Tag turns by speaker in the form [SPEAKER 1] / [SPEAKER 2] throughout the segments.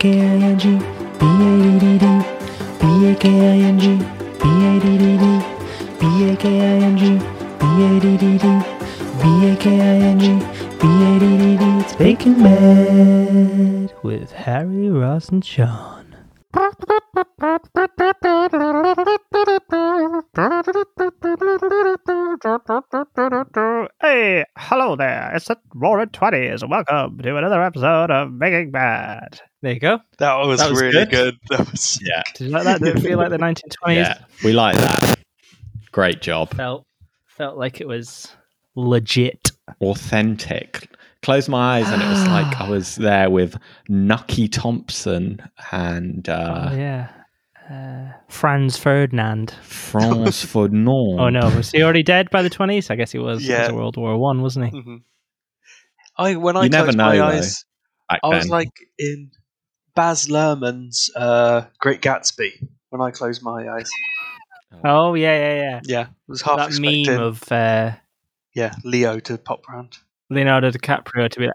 [SPEAKER 1] B-A-K-I-N-G, B-A-D-D-D, B-A-K-I-N-G, B-A-D-D-D, B-A-K-I-N-G, B-A-D-D-D, B-A-K-I-N-G, B-A-D-D-D. It's Bacon Bed with Harry, Ross, and Sean.
[SPEAKER 2] Hey, hello there. It's the Roaring Twenties. Welcome to another episode of Making Bad.
[SPEAKER 1] There you go.
[SPEAKER 3] That was,
[SPEAKER 4] That was
[SPEAKER 3] really good.
[SPEAKER 4] good.
[SPEAKER 3] That was
[SPEAKER 4] Yeah,
[SPEAKER 2] Did you like that? Did it feel like the 1920s?
[SPEAKER 4] yeah, we like that. Great job.
[SPEAKER 1] Felt, felt like it was legit.
[SPEAKER 4] Authentic. Closed my eyes and it was like I was there with Nucky Thompson and
[SPEAKER 1] oh,
[SPEAKER 4] uh,
[SPEAKER 1] yeah. Uh, Franz Ferdinand.
[SPEAKER 4] Franz Fanon.
[SPEAKER 1] Oh no, was he already dead by the twenties? I guess he was. Yeah,
[SPEAKER 3] Yeah.
[SPEAKER 1] was World War One, wasn't he?
[SPEAKER 3] Mhm. I when I
[SPEAKER 4] You never
[SPEAKER 3] closed
[SPEAKER 4] know,
[SPEAKER 3] my
[SPEAKER 4] though,
[SPEAKER 3] eyes,
[SPEAKER 4] Back
[SPEAKER 3] I was
[SPEAKER 4] then.
[SPEAKER 3] like in Baz Luhrmann's uh, Great Gatsby. When I closed my eyes,
[SPEAKER 1] Oh yeah, yeah, yeah.
[SPEAKER 3] yeah, I was half
[SPEAKER 1] that
[SPEAKER 3] expecting
[SPEAKER 1] meme of uh,
[SPEAKER 3] yeah Leo to pop round.
[SPEAKER 1] Leonardo DiCaprio to be like,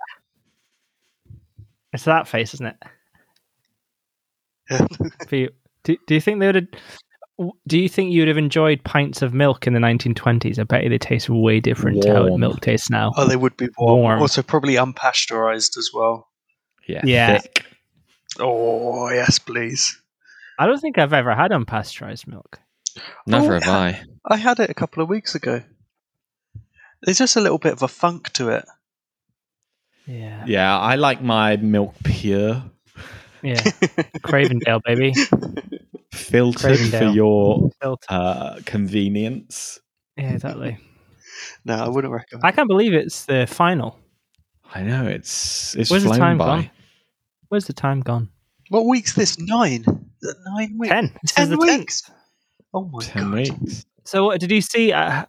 [SPEAKER 1] it's that face, isn't it?
[SPEAKER 3] Yeah.
[SPEAKER 1] For you, do, do you think they would have? Do you think you would have enjoyed pints of milk in the 1920s? I bet you they taste way different to how
[SPEAKER 4] Warm.
[SPEAKER 1] milk tastes now.
[SPEAKER 3] Oh, they would be warm.
[SPEAKER 1] Warm.
[SPEAKER 3] Also, probably unpasteurized as well.
[SPEAKER 4] yeah,
[SPEAKER 1] Yeah.
[SPEAKER 4] thick.
[SPEAKER 3] Oh yes, please.
[SPEAKER 1] I don't think I've ever had unpasteurized milk.
[SPEAKER 4] Never
[SPEAKER 3] Oh,
[SPEAKER 4] have I.
[SPEAKER 3] I had it a couple of weeks ago. There's just a little bit of a funk to it.
[SPEAKER 1] Yeah,
[SPEAKER 4] Yeah, I like my milk pure,
[SPEAKER 1] yeah. Cravendale, baby.
[SPEAKER 4] filtered for
[SPEAKER 1] Cravendale.
[SPEAKER 4] your
[SPEAKER 1] Filter.
[SPEAKER 4] uh, convenience.
[SPEAKER 1] Yeah, exactly.
[SPEAKER 3] No, I wouldn't recommend.
[SPEAKER 1] I can't believe it's the final.
[SPEAKER 4] I know it's it's
[SPEAKER 1] Where's the
[SPEAKER 4] flown
[SPEAKER 1] time
[SPEAKER 4] by.
[SPEAKER 1] gone? Where's the time gone?
[SPEAKER 3] What week's this? Nine. Is it Nine weeks.
[SPEAKER 1] Ten. This is
[SPEAKER 3] Ten
[SPEAKER 1] the tenth.
[SPEAKER 3] weeks. Oh my
[SPEAKER 4] Ten
[SPEAKER 3] god.
[SPEAKER 4] weeks.
[SPEAKER 1] So, what, did you see uh,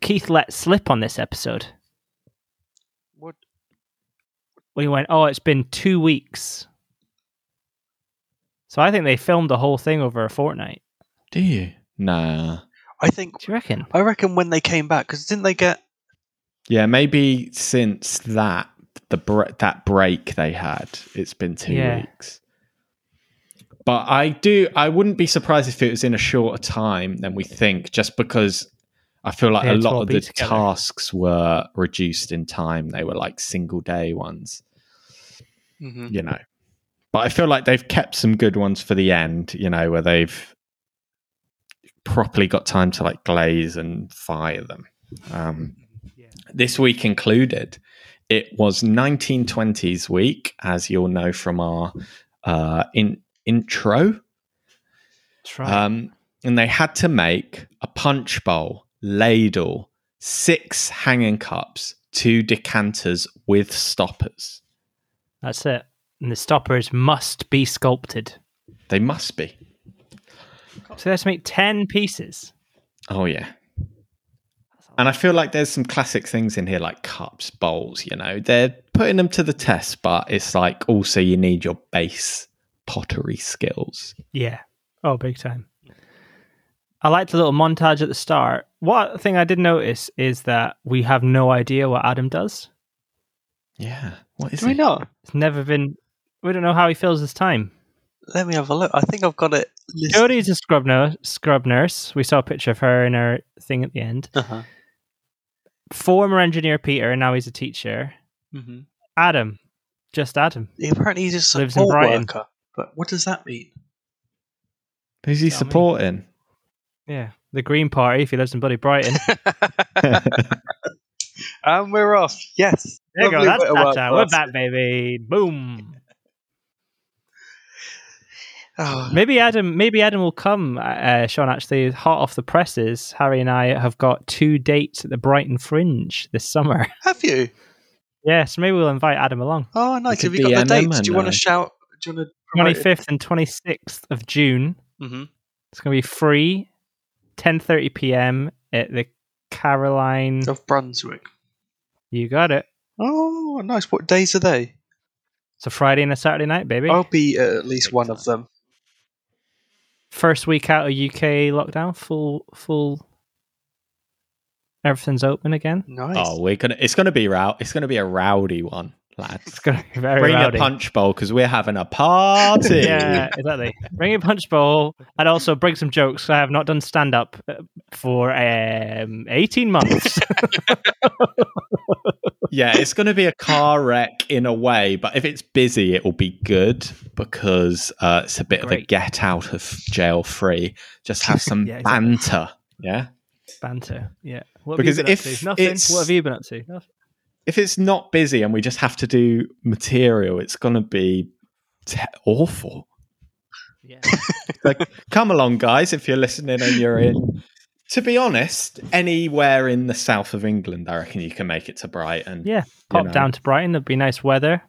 [SPEAKER 1] Keith let slip on this episode?
[SPEAKER 3] What?
[SPEAKER 1] We went, oh, it's been two weeks. So I think they filmed the whole thing over a fortnight.
[SPEAKER 4] Do you? Nah.
[SPEAKER 3] I think.
[SPEAKER 1] Do you reckon?
[SPEAKER 3] I reckon when they came back, because didn't they get?
[SPEAKER 4] Yeah, maybe since that the br- that break they had, it's been two
[SPEAKER 1] Yeah.
[SPEAKER 4] weeks. But I do. I wouldn't be surprised if it was in a shorter time than we think, just because I feel like
[SPEAKER 1] They
[SPEAKER 4] a
[SPEAKER 1] had to all
[SPEAKER 4] lot of
[SPEAKER 1] be
[SPEAKER 4] the
[SPEAKER 1] together.
[SPEAKER 4] tasks were reduced in time. They were like single day ones,
[SPEAKER 3] Mm-hmm.
[SPEAKER 4] you know. But I feel like they've kept some good ones for the end, you know, where they've properly got time to like glaze and fire them. Um, this week included. It was 1920s week, as you'll know from our uh, in- intro.
[SPEAKER 1] Try.
[SPEAKER 4] Um, and they had to make a punch bowl, ladle, six hanging cups, two decanters with stoppers.
[SPEAKER 1] That's it. And the stoppers must be sculpted.
[SPEAKER 4] They must be.
[SPEAKER 1] So they have to make 10 pieces.
[SPEAKER 4] Oh, yeah. And I feel like there's some classic things in here, like cups, bowls, you know. They're putting them to the test, but it's like also you need your base pottery skills.
[SPEAKER 1] Yeah. Oh, big time. I liked the little montage at the start. What thing I did notice is that we have no idea what Adam does.
[SPEAKER 4] Yeah. What is
[SPEAKER 3] Do we
[SPEAKER 4] it?
[SPEAKER 3] not?
[SPEAKER 1] It's never been. We don't know how he fills his time.
[SPEAKER 3] Let me have a look. I think I've got it. Listed.
[SPEAKER 1] Jodie's a scrub nurse. Scrub nurse. We saw a picture of her in her thing at the end.
[SPEAKER 3] Uh-huh.
[SPEAKER 1] Former engineer Peter, and now he's a teacher.
[SPEAKER 3] Mm-hmm.
[SPEAKER 1] Adam, just Adam.
[SPEAKER 3] Apparently, he's just a
[SPEAKER 1] Lives in
[SPEAKER 3] support
[SPEAKER 1] Brighton.
[SPEAKER 3] worker. But what does that mean?
[SPEAKER 4] Who's
[SPEAKER 1] Yeah, I
[SPEAKER 4] he
[SPEAKER 1] mean-
[SPEAKER 4] supporting?
[SPEAKER 1] Yeah, the Green Party. If he lives in bloody Brighton,
[SPEAKER 3] and we're off. Yes.
[SPEAKER 1] there you go.
[SPEAKER 3] Lovely
[SPEAKER 1] That's
[SPEAKER 3] bit of work,
[SPEAKER 1] Tata. We're
[SPEAKER 3] boss.
[SPEAKER 1] back, baby. Boom.
[SPEAKER 3] Oh,
[SPEAKER 1] Maybe Adam. Maybe Adam will come. Uh, Sean, actually, hot off the presses. Harry and I have got two dates at the Brighton Fringe this summer.
[SPEAKER 3] have you?
[SPEAKER 1] Yes, maybe we'll invite Adam along.
[SPEAKER 3] Oh, nice.
[SPEAKER 4] could
[SPEAKER 3] Have you got
[SPEAKER 4] DM
[SPEAKER 3] the
[SPEAKER 4] him
[SPEAKER 3] dates? Do you
[SPEAKER 4] and,
[SPEAKER 3] want
[SPEAKER 4] uh,
[SPEAKER 3] to shout? Do you want to?
[SPEAKER 1] Twenty fifth and twenty sixth of June.
[SPEAKER 3] Mm-hmm.
[SPEAKER 1] It's going to be free, 10:30 p.m. at the Caroline.
[SPEAKER 3] Of Brunswick.
[SPEAKER 1] You got it.
[SPEAKER 3] Oh, nice. What days are they?
[SPEAKER 1] It's a Friday and a Saturday night, baby.
[SPEAKER 4] Oh.
[SPEAKER 3] I'll be at least one of them.
[SPEAKER 1] First week out of UK lockdown, full full. Everything's open again.
[SPEAKER 3] Nice.
[SPEAKER 4] Oh, we're gonna. It's gonna be row. It's gonna be a rowdy one.
[SPEAKER 1] It's
[SPEAKER 4] lads.
[SPEAKER 1] going to be very
[SPEAKER 4] Bring
[SPEAKER 1] rowdy.
[SPEAKER 4] a punch bowl because we're having a party.
[SPEAKER 1] Yeah, exactly. Bring a punch bowl and also bring some jokes. I have not done stand up for um, 18 months.
[SPEAKER 4] yeah, it's going to be a car wreck in a way, but if it's busy, it will be good because uh, it's a bit of a
[SPEAKER 1] Great.
[SPEAKER 4] get out of jail free. Just have some
[SPEAKER 1] Yeah, exactly.
[SPEAKER 4] banter. Yeah.
[SPEAKER 1] Banter. Yeah. What have
[SPEAKER 4] Because
[SPEAKER 1] you been
[SPEAKER 4] if
[SPEAKER 1] up to? Nothing.
[SPEAKER 4] it's-
[SPEAKER 1] What have you been up to? Nothing.
[SPEAKER 4] If it's not busy and we just have to do material, it's going to be te- awful.
[SPEAKER 1] Yeah.
[SPEAKER 4] like come along guys if you're listening and you're in to be honest anywhere in the south of england i reckon you can make it to brighton
[SPEAKER 1] Yeah. Pop
[SPEAKER 4] know.
[SPEAKER 1] down to Brighton. There'll be nice weather.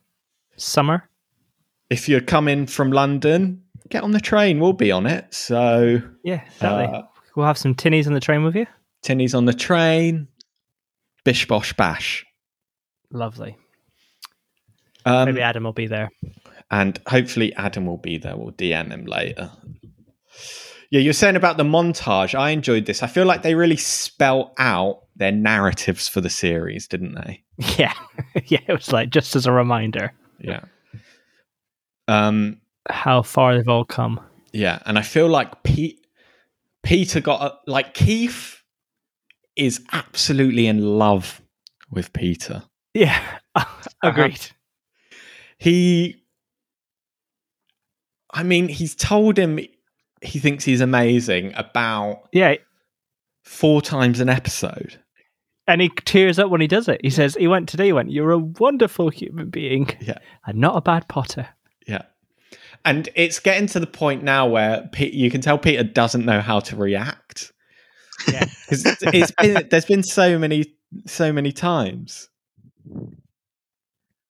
[SPEAKER 1] Summer.
[SPEAKER 4] if you're coming from london get on the train we'll be on it so
[SPEAKER 1] Yeah, exactly.
[SPEAKER 4] Uh,
[SPEAKER 1] we'll have some tinnies on the train with you.
[SPEAKER 4] tinny's on the train bish bosh bash
[SPEAKER 1] Lovely.
[SPEAKER 4] um,
[SPEAKER 1] Maybe Adam will be there.
[SPEAKER 4] and hopefully adam will be there we'll dm him later yeah you're saying about the montage i enjoyed this i feel like they really spell out their narratives for the series didn't they
[SPEAKER 1] Yeah. yeah, it was like just as a reminder
[SPEAKER 4] Yeah. Um.
[SPEAKER 1] how far they've all come.
[SPEAKER 4] Yeah, and I feel like Pete, Peter got a, like Keith is absolutely in love with Peter.
[SPEAKER 1] Yeah. Uh-huh. Agreed.
[SPEAKER 4] He, I mean, he's told him he thinks he's amazing about
[SPEAKER 1] Yeah.
[SPEAKER 4] four times an episode.
[SPEAKER 1] And he tears up when he does it. He says, he went today, he went, You're a wonderful human being
[SPEAKER 4] Yeah.
[SPEAKER 1] and not a bad potter.
[SPEAKER 4] Yeah. And it's getting to the point now where Pe- you can tell Peter doesn't know how to react.
[SPEAKER 1] Yeah.
[SPEAKER 4] 'Cause it's- it's been, there's been so many, so many times.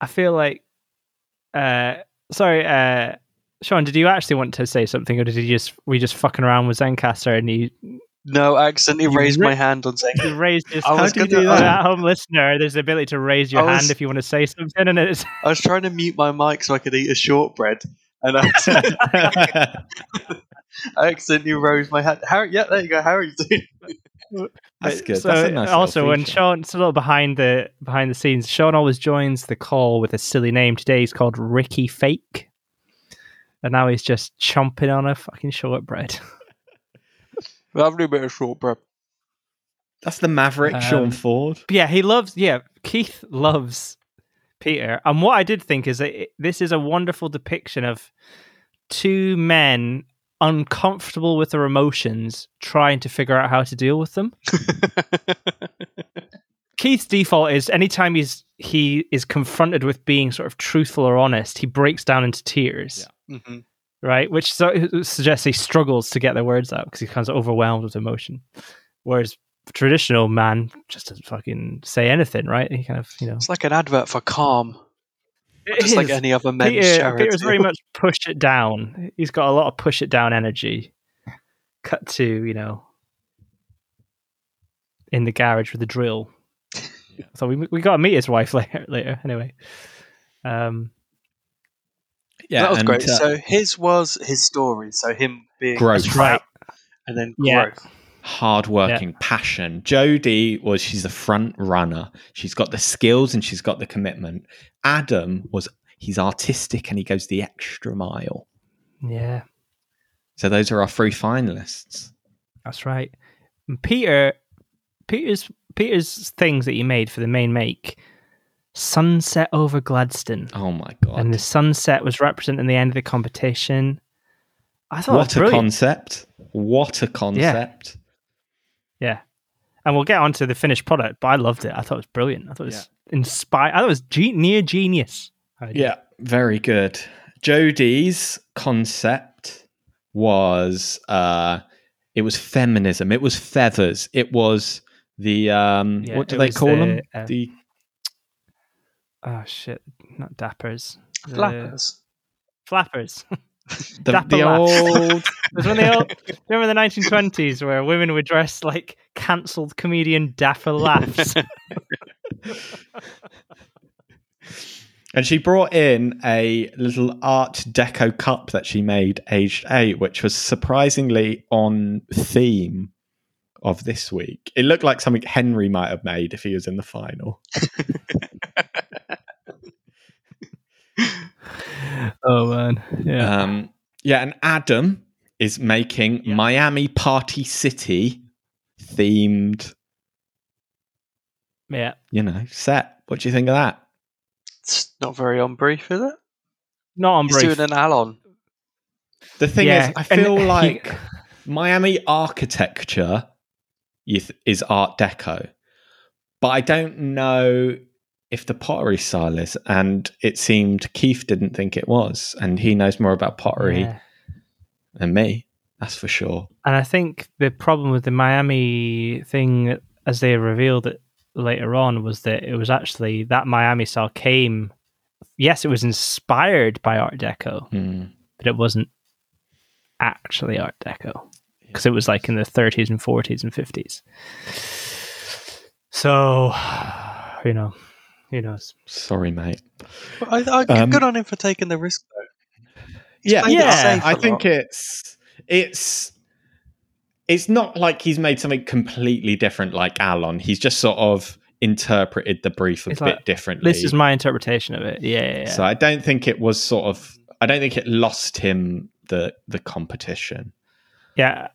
[SPEAKER 1] I feel like, uh, sorry, uh, Sean, did you actually want to say something or did you just, were you just fucking around with Zencaster and you,
[SPEAKER 3] No, I accidentally
[SPEAKER 1] You
[SPEAKER 3] raised
[SPEAKER 1] re-
[SPEAKER 3] my hand on saying
[SPEAKER 1] you raised your,
[SPEAKER 3] I was
[SPEAKER 4] do you
[SPEAKER 3] gonna-
[SPEAKER 4] do
[SPEAKER 1] Oh,
[SPEAKER 4] that?
[SPEAKER 1] that home listener, there's the ability to raise your
[SPEAKER 3] I was-
[SPEAKER 1] hand if you want to say something, and it's
[SPEAKER 3] I was trying to mute my mic so I could eat a shortbread, and I accidentally,
[SPEAKER 4] I
[SPEAKER 3] I accidentally raised my hand. Harry, yeah, there you go. How are you doing?
[SPEAKER 4] That's good.
[SPEAKER 1] So
[SPEAKER 4] That's a nice little
[SPEAKER 1] also, when
[SPEAKER 4] feature.
[SPEAKER 1] Sean, it's a little behind the behind the scenes. Sean always joins the call with a silly name. Today he's called Ricky Fake, and now he's just chomping on a fucking shortbread.
[SPEAKER 3] Lovely bit of shortbread.
[SPEAKER 4] that's the Maverick
[SPEAKER 1] Um,
[SPEAKER 4] Sean Ford.
[SPEAKER 1] But yeah, he loves. Yeah, Keith loves Peter. And what I did think is that it, this is a wonderful depiction of two men uncomfortable with their emotions, trying to figure out how to deal with them.
[SPEAKER 3] Mm-hmm.
[SPEAKER 1] Keith's default is anytime he's he is confronted with being sort of truthful or honest, he breaks down into tears,
[SPEAKER 3] Mhm.
[SPEAKER 1] right? Which so, suggests he struggles to get their words out because he becomes overwhelmed with emotion. Whereas traditional man just doesn't fucking say anything, right? He kind of you know
[SPEAKER 3] It's like an advert for calm, just like any other men's
[SPEAKER 1] Peter,
[SPEAKER 3] charity.
[SPEAKER 1] Peter's very much push it down. He's got a lot of push it down energy. Cut to you know in the garage with the drill. So we we got to meet his wife later. Later, anyway. Um,
[SPEAKER 4] Yeah,
[SPEAKER 3] that was
[SPEAKER 4] and,
[SPEAKER 3] great.
[SPEAKER 4] uh,
[SPEAKER 3] so his was his story. So him being
[SPEAKER 4] Growth.
[SPEAKER 3] crap
[SPEAKER 1] Right.
[SPEAKER 3] and then
[SPEAKER 1] Yeah.
[SPEAKER 3] growth.
[SPEAKER 4] hard working, passion. Jodie was she's a front runner. She's got the skills and she's got the commitment. Adam was he's artistic and he goes the extra mile.
[SPEAKER 1] yeah,
[SPEAKER 4] So those are our three finalists.
[SPEAKER 1] that's right. And Peter, Peter's Peter's things that he made for the main make, sunset over Gladstone.
[SPEAKER 4] Oh my
[SPEAKER 1] and
[SPEAKER 4] god!
[SPEAKER 1] the sunset was representing the end of the competition. I thought
[SPEAKER 4] what
[SPEAKER 1] that
[SPEAKER 4] a
[SPEAKER 1] was Oh, brilliant.
[SPEAKER 4] concept! What a concept!
[SPEAKER 1] and we'll get onto the finished product, but I loved it. I thought it was brilliant. I thought it was inspired. I thought it was ge- near genius. I-
[SPEAKER 4] Yeah, very good. Jodie's concept was uh it was feminism. It was feathers. It was the um
[SPEAKER 1] Yeah,
[SPEAKER 4] what do
[SPEAKER 1] it
[SPEAKER 4] they
[SPEAKER 1] was
[SPEAKER 4] call
[SPEAKER 1] the,
[SPEAKER 4] them?
[SPEAKER 1] uh,
[SPEAKER 4] the
[SPEAKER 1] Oh shit! Not dappers. The-
[SPEAKER 3] Flappers.
[SPEAKER 1] Flappers.
[SPEAKER 4] the,
[SPEAKER 1] dapper
[SPEAKER 4] the
[SPEAKER 1] lads.
[SPEAKER 4] old
[SPEAKER 1] It was when they all remember the 1920s where women were dressed like cancelled comedian Dapper Laughs.
[SPEAKER 4] and she brought in a little art deco cup that she made aged 8 which was surprisingly on theme of this week. It looked like something Henry might have made if he was in the final.
[SPEAKER 1] Oh man, yeah.
[SPEAKER 4] Um, yeah, and Adam is making
[SPEAKER 1] Yeah.
[SPEAKER 4] Miami Party City themed,
[SPEAKER 1] yeah,
[SPEAKER 4] you know, set. What do you think of that?
[SPEAKER 3] It's not very on brief, is it?
[SPEAKER 1] not on
[SPEAKER 3] He's
[SPEAKER 1] brief.
[SPEAKER 3] doing an Alon.
[SPEAKER 4] The thing
[SPEAKER 1] Yeah,
[SPEAKER 4] is, I
[SPEAKER 1] and
[SPEAKER 4] feel
[SPEAKER 1] he-
[SPEAKER 4] like Miami architecture is, is Art Deco, but I don't know if the pottery style is. And it seemed Keith didn't think it was, and he knows more about pottery
[SPEAKER 1] Yeah.
[SPEAKER 4] than me. That's for sure.
[SPEAKER 1] And I think the problem with the Miami thing, as they revealed it later on, was that it was actually that Miami style came. Yes, it was inspired by Art Deco,
[SPEAKER 4] Hmm.
[SPEAKER 1] but it wasn't actually Art Deco because it was like in the 30s and 40s and 50s. So, you know, who knows?
[SPEAKER 4] Sorry, mate.
[SPEAKER 3] But I, I,
[SPEAKER 4] Um,
[SPEAKER 3] good on him for taking the risk, though. He's
[SPEAKER 4] yeah,
[SPEAKER 3] played it
[SPEAKER 1] yeah,
[SPEAKER 3] safe a
[SPEAKER 4] I think
[SPEAKER 3] lot.
[SPEAKER 4] it's it's it's not like he's made something completely different like Alon. He's just sort of interpreted the brief a
[SPEAKER 1] It's
[SPEAKER 4] bit
[SPEAKER 1] like,
[SPEAKER 4] differently.
[SPEAKER 1] This is my interpretation of it. Yeah, yeah, yeah.
[SPEAKER 4] So I don't think it was sort of I don't think it lost him the the competition.
[SPEAKER 1] Yeah.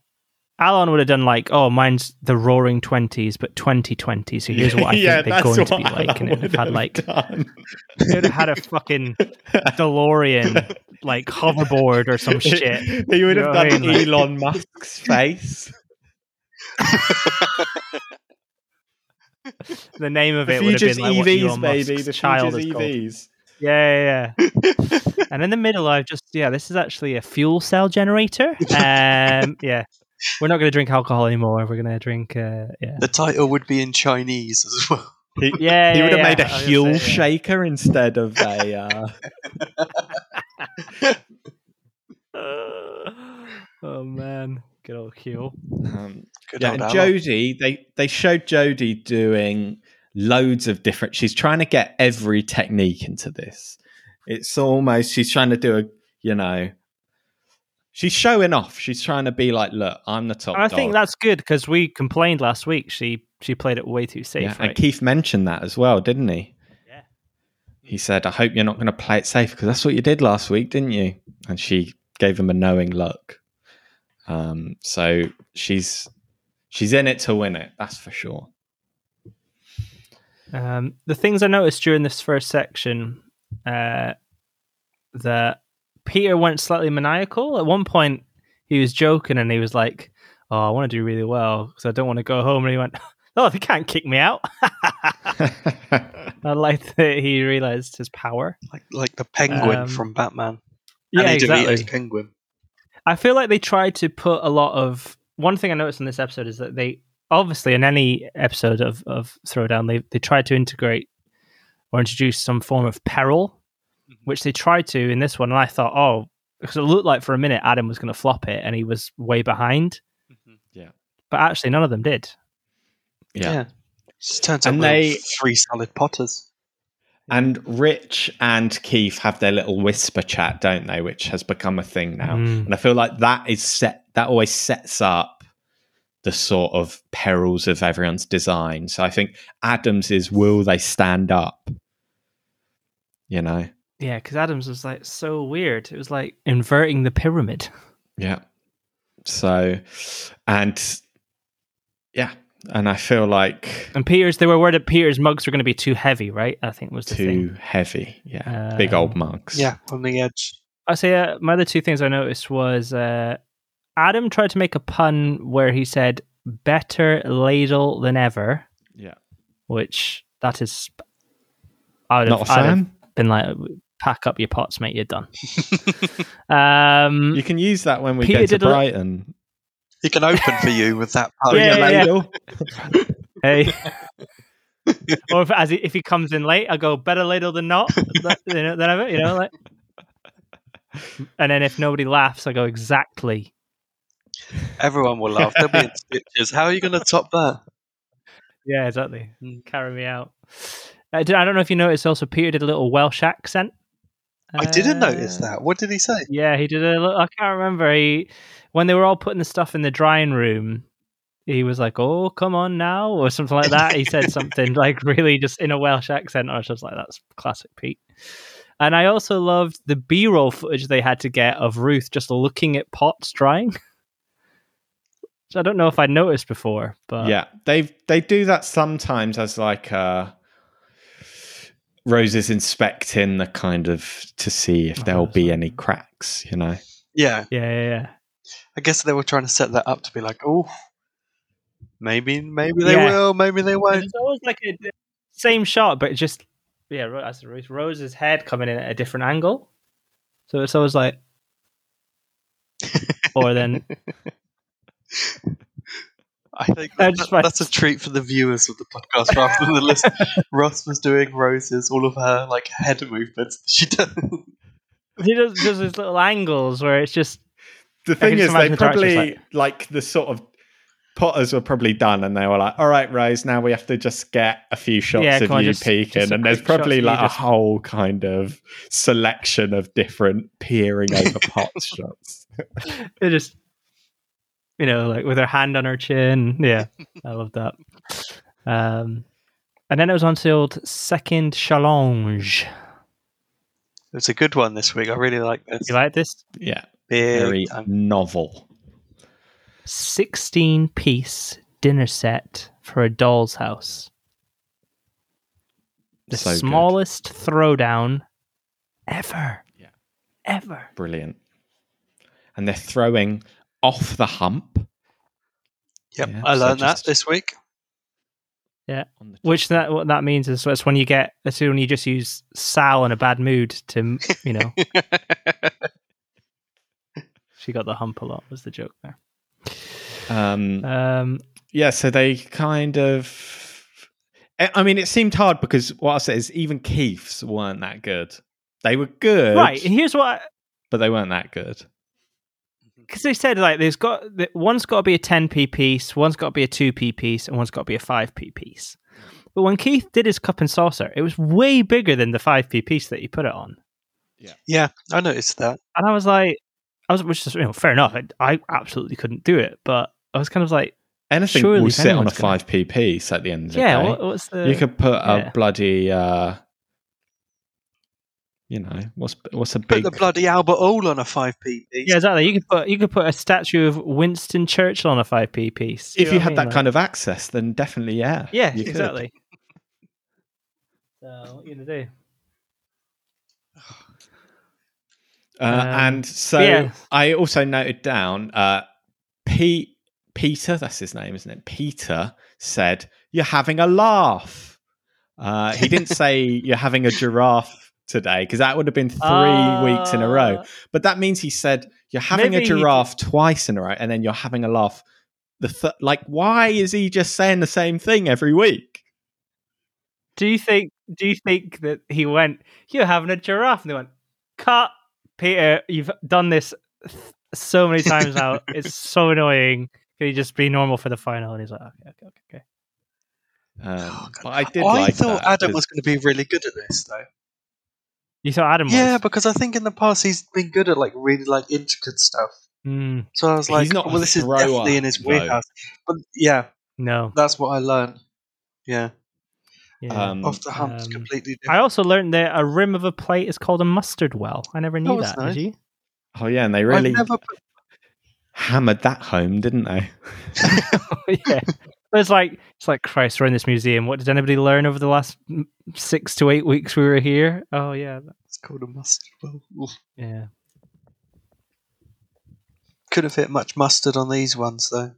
[SPEAKER 1] Alan would have done like, oh, mine's the roaring 20s, but 2020. So here's what I
[SPEAKER 4] Yeah,
[SPEAKER 1] think they're
[SPEAKER 4] that's
[SPEAKER 1] going to be
[SPEAKER 4] what
[SPEAKER 1] like. And it
[SPEAKER 4] Alan
[SPEAKER 1] would have had
[SPEAKER 4] would
[SPEAKER 1] like, it
[SPEAKER 4] done.
[SPEAKER 1] would have had a fucking DeLorean, like hoverboard or some Oh, shit.
[SPEAKER 4] he would have
[SPEAKER 1] You know what I
[SPEAKER 4] done
[SPEAKER 1] mean? Like-
[SPEAKER 4] Elon Musk's face.
[SPEAKER 1] The name of
[SPEAKER 4] The
[SPEAKER 1] it would have
[SPEAKER 4] future's
[SPEAKER 1] been like what
[SPEAKER 4] EVs,
[SPEAKER 1] Elon
[SPEAKER 4] baby.
[SPEAKER 1] Musk's
[SPEAKER 4] E The
[SPEAKER 1] child
[SPEAKER 4] future's E
[SPEAKER 1] is called.
[SPEAKER 4] EVs.
[SPEAKER 1] Yeah, yeah, yeah. and in the middle, I've just yeah, this is actually a fuel cell generator. Um, yeah, we're not going to drink alcohol anymore. We're going to drink uh, yeah,
[SPEAKER 3] the title would be in Chinese as well.
[SPEAKER 4] He,
[SPEAKER 1] yeah.
[SPEAKER 4] he would have
[SPEAKER 1] yeah,
[SPEAKER 4] made a
[SPEAKER 1] yeah. I was
[SPEAKER 4] heel
[SPEAKER 1] gonna say, yeah.
[SPEAKER 4] shaker instead of a. Uh,
[SPEAKER 1] oh man, good old Huel.
[SPEAKER 4] um,
[SPEAKER 3] Good
[SPEAKER 4] yeah,
[SPEAKER 3] old
[SPEAKER 4] and
[SPEAKER 3] Alon.
[SPEAKER 4] Jodie, they they showed Jodie doing loads of different. She's trying to get every technique into this. It's almost she's trying to do a you know. She's showing off. She's trying to be like, look, I'm the top.
[SPEAKER 1] And I think
[SPEAKER 4] dog.
[SPEAKER 1] that's good because we complained last week. She she played it way too safe.
[SPEAKER 4] Yeah,
[SPEAKER 1] right?
[SPEAKER 4] and Keith mentioned that as well, didn't he?
[SPEAKER 1] Yeah.
[SPEAKER 4] He said, "I hope you're not going to play it safe because that's what you did last week, didn't you?" And she gave him a knowing look. Um, so she's she's in it to win it. That's for sure.
[SPEAKER 1] Um, the things I noticed during this first section uh, that Peter went slightly maniacal. At one point, he was joking and he was like, "Oh, I want to do really well because I don't want to go home." And he went, "Oh, they can't kick me out." I liked that he realized his power.
[SPEAKER 3] like, like the penguin
[SPEAKER 1] Um,
[SPEAKER 3] from Batman.
[SPEAKER 1] Yeah,
[SPEAKER 3] Danny DeVito's
[SPEAKER 1] exactly.
[SPEAKER 3] penguin.
[SPEAKER 1] I feel like they try to put a lot of one thing I noticed in this episode is that they obviously in any episode of of Throwdown they they try to integrate or introduce some form of peril, which they tried to in this one, and I thought, oh, because it looked like for a minute Adam was going to flop it, and he was way behind.
[SPEAKER 4] Yeah.
[SPEAKER 1] but actually none of them did.
[SPEAKER 4] Yeah.
[SPEAKER 3] Just turns
[SPEAKER 4] And
[SPEAKER 3] out they
[SPEAKER 4] they-
[SPEAKER 3] three solid potters.
[SPEAKER 4] And Rich and Keith have their little whisper chat, don't they? Which has become a thing now.
[SPEAKER 1] Mm.
[SPEAKER 4] And I feel like that is set that always sets up the sort of perils of everyone's design. So I think Adams is will they stand up? You know?
[SPEAKER 1] Yeah, because Adams was like so weird. It was like inverting the pyramid.
[SPEAKER 4] Yeah. So and yeah. And I feel like
[SPEAKER 1] And Peter's, they were worried that Peter's mugs were going to be too heavy, right? I think was the thing.
[SPEAKER 4] too heavy. Yeah. Big
[SPEAKER 1] Um,
[SPEAKER 4] old mugs.
[SPEAKER 3] Yeah, on the edge.
[SPEAKER 1] I say uh, my other two things I noticed was uh, Adam tried to make a pun where he said "better ladle than ever,"
[SPEAKER 4] Yeah.
[SPEAKER 1] which that is. I would
[SPEAKER 4] Not
[SPEAKER 1] have,
[SPEAKER 4] a
[SPEAKER 1] I'd have
[SPEAKER 4] fan.
[SPEAKER 1] been like, "Pack up your pots, mate. You're done." um,
[SPEAKER 4] You can use that when we
[SPEAKER 1] Peter
[SPEAKER 4] get to
[SPEAKER 1] did a-
[SPEAKER 4] Brighton.
[SPEAKER 3] He can open for you with that
[SPEAKER 4] Oh,
[SPEAKER 3] pun.
[SPEAKER 1] Yeah, yeah, yeah.
[SPEAKER 4] Ladle.
[SPEAKER 1] hey. eh, or if as he, if he comes in late, I go better ladle than not. that- you know, than ever, you know, like. And then if nobody laughs, I go exactly.
[SPEAKER 3] Everyone will laugh. They'll be in stitches. How are you going to top that?
[SPEAKER 1] Yeah, exactly.
[SPEAKER 3] Mm.
[SPEAKER 1] Carry me out. I d- I don't know if you noticed. Also, Peter did a little Welsh accent.
[SPEAKER 3] I didn't
[SPEAKER 1] Uh,
[SPEAKER 3] notice that. What did he say?
[SPEAKER 1] Yeah, he did a little. I can't remember. He when they were all putting the stuff in the drying room, he was like, "Oh, come on now," or something like that. He said something like really just in a Welsh accent. I was just like, "That's classic Pete." And I also loved the B roll footage they had to get of Ruth just looking at pots drying. Which I don't know if I'd noticed before, but
[SPEAKER 4] yeah, they they do that sometimes as like uh, Rose is inspecting the kind of to see if
[SPEAKER 1] Oh,
[SPEAKER 4] there'll be
[SPEAKER 1] sorry.
[SPEAKER 4] any cracks, you know.
[SPEAKER 3] Yeah,
[SPEAKER 1] yeah, yeah, yeah.
[SPEAKER 3] I guess they were trying to set that up to be like, oh, maybe, maybe they
[SPEAKER 1] Yeah.
[SPEAKER 3] will, maybe they
[SPEAKER 1] And
[SPEAKER 3] won't.
[SPEAKER 1] It's always like a same shot, but it just yeah, Ro- that's Ruth Rose's head coming in at a different angle. So it's always like, or then
[SPEAKER 3] I think
[SPEAKER 1] I
[SPEAKER 3] that,
[SPEAKER 1] just find-
[SPEAKER 3] that's a treat for the viewers of the podcast rather than the list. Ross was doing Rose's, all of her like head movements. She does.
[SPEAKER 1] he does, does his little angles where it's just
[SPEAKER 4] The
[SPEAKER 1] can
[SPEAKER 4] thing
[SPEAKER 1] just
[SPEAKER 4] is, they
[SPEAKER 1] imagine the director's
[SPEAKER 4] probably like, the sort of Potters were probably done, and they were like, "All right, Rose, now we have to just get a few shots
[SPEAKER 1] Yeah,
[SPEAKER 4] of
[SPEAKER 1] come on,
[SPEAKER 4] you
[SPEAKER 1] just-
[SPEAKER 4] peeking."
[SPEAKER 1] just some
[SPEAKER 4] and there's
[SPEAKER 1] quick shots
[SPEAKER 4] probably
[SPEAKER 1] of you
[SPEAKER 4] like
[SPEAKER 1] just-
[SPEAKER 4] a whole kind of selection of different peering over pot shots.
[SPEAKER 1] it just you know like with her hand on her chin yeah i love that um and then it was on to the old second challenge
[SPEAKER 3] It's a good one this week. I really like this.
[SPEAKER 1] you like this
[SPEAKER 4] Yeah,
[SPEAKER 3] Big
[SPEAKER 4] very
[SPEAKER 3] time.
[SPEAKER 4] novel.
[SPEAKER 1] 16 piece dinner set for a doll's house the
[SPEAKER 4] So good.
[SPEAKER 1] smallest throwdown ever
[SPEAKER 4] Yeah.
[SPEAKER 1] ever
[SPEAKER 4] Brilliant. And they're throwing off the hump.
[SPEAKER 3] Yep,
[SPEAKER 4] Yeah,
[SPEAKER 3] I
[SPEAKER 4] so
[SPEAKER 3] learned
[SPEAKER 4] just-
[SPEAKER 3] that this week.
[SPEAKER 4] On the
[SPEAKER 1] which that what that means is that's when you get that's when you just use Sal in a bad mood to you know She got the hump a lot was the joke there.
[SPEAKER 4] um,
[SPEAKER 1] Um,
[SPEAKER 4] yeah, so they kind of. I I mean, it seemed hard because what I said is even Keith's weren't that good. They were good,
[SPEAKER 1] right, and here's what
[SPEAKER 4] But they weren't that good.
[SPEAKER 1] because they said like there's got that one's got to be a ten p piece, one's got to be a two p piece, and one's got to be a five p piece. But when Keith did his cup and saucer, it was way bigger than the five p piece that he put it on,
[SPEAKER 3] Yeah, I noticed that.
[SPEAKER 1] and I was like, I was which is you know fair enough. I, I absolutely couldn't do it, but I was kind of like,
[SPEAKER 4] Anything
[SPEAKER 1] Surely
[SPEAKER 4] will
[SPEAKER 1] if
[SPEAKER 4] sit on a
[SPEAKER 1] anyone's gonna-
[SPEAKER 4] five p piece at the end of the
[SPEAKER 1] yeah,
[SPEAKER 4] day.
[SPEAKER 1] what, what's the
[SPEAKER 4] you could put
[SPEAKER 1] yeah.
[SPEAKER 4] a bloody, uh, you know, what's what's a
[SPEAKER 3] Put
[SPEAKER 4] big
[SPEAKER 3] the bloody Albert All on a five p piece.
[SPEAKER 1] yeah exactly. You could put you could put a statue of Winston Churchill on a five p piece
[SPEAKER 4] if you had that kind of access, then definitely yeah,
[SPEAKER 1] yeah
[SPEAKER 4] you could.
[SPEAKER 1] exactly. So what are you gonna do?
[SPEAKER 4] Uh,
[SPEAKER 1] Um,
[SPEAKER 4] and so
[SPEAKER 1] yeah.
[SPEAKER 4] I also noted down uh, Pete Peter, that's his name, isn't it? Peter said, "You're having a laugh." Uh, he didn't say you're having a giraffe today because that would have been three weeks in a row.
[SPEAKER 3] Ah.
[SPEAKER 1] Uh,
[SPEAKER 4] But that means he said you're having
[SPEAKER 1] Maybe
[SPEAKER 4] a
[SPEAKER 1] he-
[SPEAKER 4] giraffe twice in a row, and then you're having a laugh. The th- like, why is he just saying the same thing every week?
[SPEAKER 1] Do you think? Do you think that he went? You're having a giraffe, and they went, "Cut, Peter. You've done this th- so many times now. it's so annoying. Can you just be normal for the final?" And he's like, "Okay, okay, okay, okay."
[SPEAKER 4] Um,
[SPEAKER 3] Oh, God.
[SPEAKER 4] but I did.
[SPEAKER 3] I
[SPEAKER 4] like
[SPEAKER 3] thought
[SPEAKER 4] that,
[SPEAKER 3] Adam
[SPEAKER 4] 'cause-
[SPEAKER 3] was going to be really good at this, though.
[SPEAKER 1] You thought Adam was?
[SPEAKER 3] Yeah, because I think in the past he's been good at like really like intricate stuff.
[SPEAKER 1] Hmm,
[SPEAKER 3] So I was
[SPEAKER 4] He's
[SPEAKER 3] like,
[SPEAKER 4] not a
[SPEAKER 3] well, this is
[SPEAKER 4] thrower,
[SPEAKER 3] definitely in his
[SPEAKER 4] though.
[SPEAKER 3] wheelhouse. But yeah,
[SPEAKER 1] no.
[SPEAKER 3] that's what I learned. Yeah,
[SPEAKER 1] yeah.
[SPEAKER 4] um,
[SPEAKER 3] off the hump's
[SPEAKER 1] Um,
[SPEAKER 3] completely different.
[SPEAKER 1] I also learned that a rim of a plate is called a mustard well. I never knew
[SPEAKER 3] was
[SPEAKER 1] that.
[SPEAKER 3] nice.
[SPEAKER 1] Did you?
[SPEAKER 4] oh yeah, and they really
[SPEAKER 3] I've never put,
[SPEAKER 4] hammered that home, didn't they?
[SPEAKER 1] yeah. But It's like it's like Christ. We're in this museum. What did anybody learn over the last mm, six to eight weeks we were here? Oh yeah,
[SPEAKER 3] it's called a mustard. Well, oof.
[SPEAKER 1] yeah.
[SPEAKER 3] could have hit much mustard on these ones though.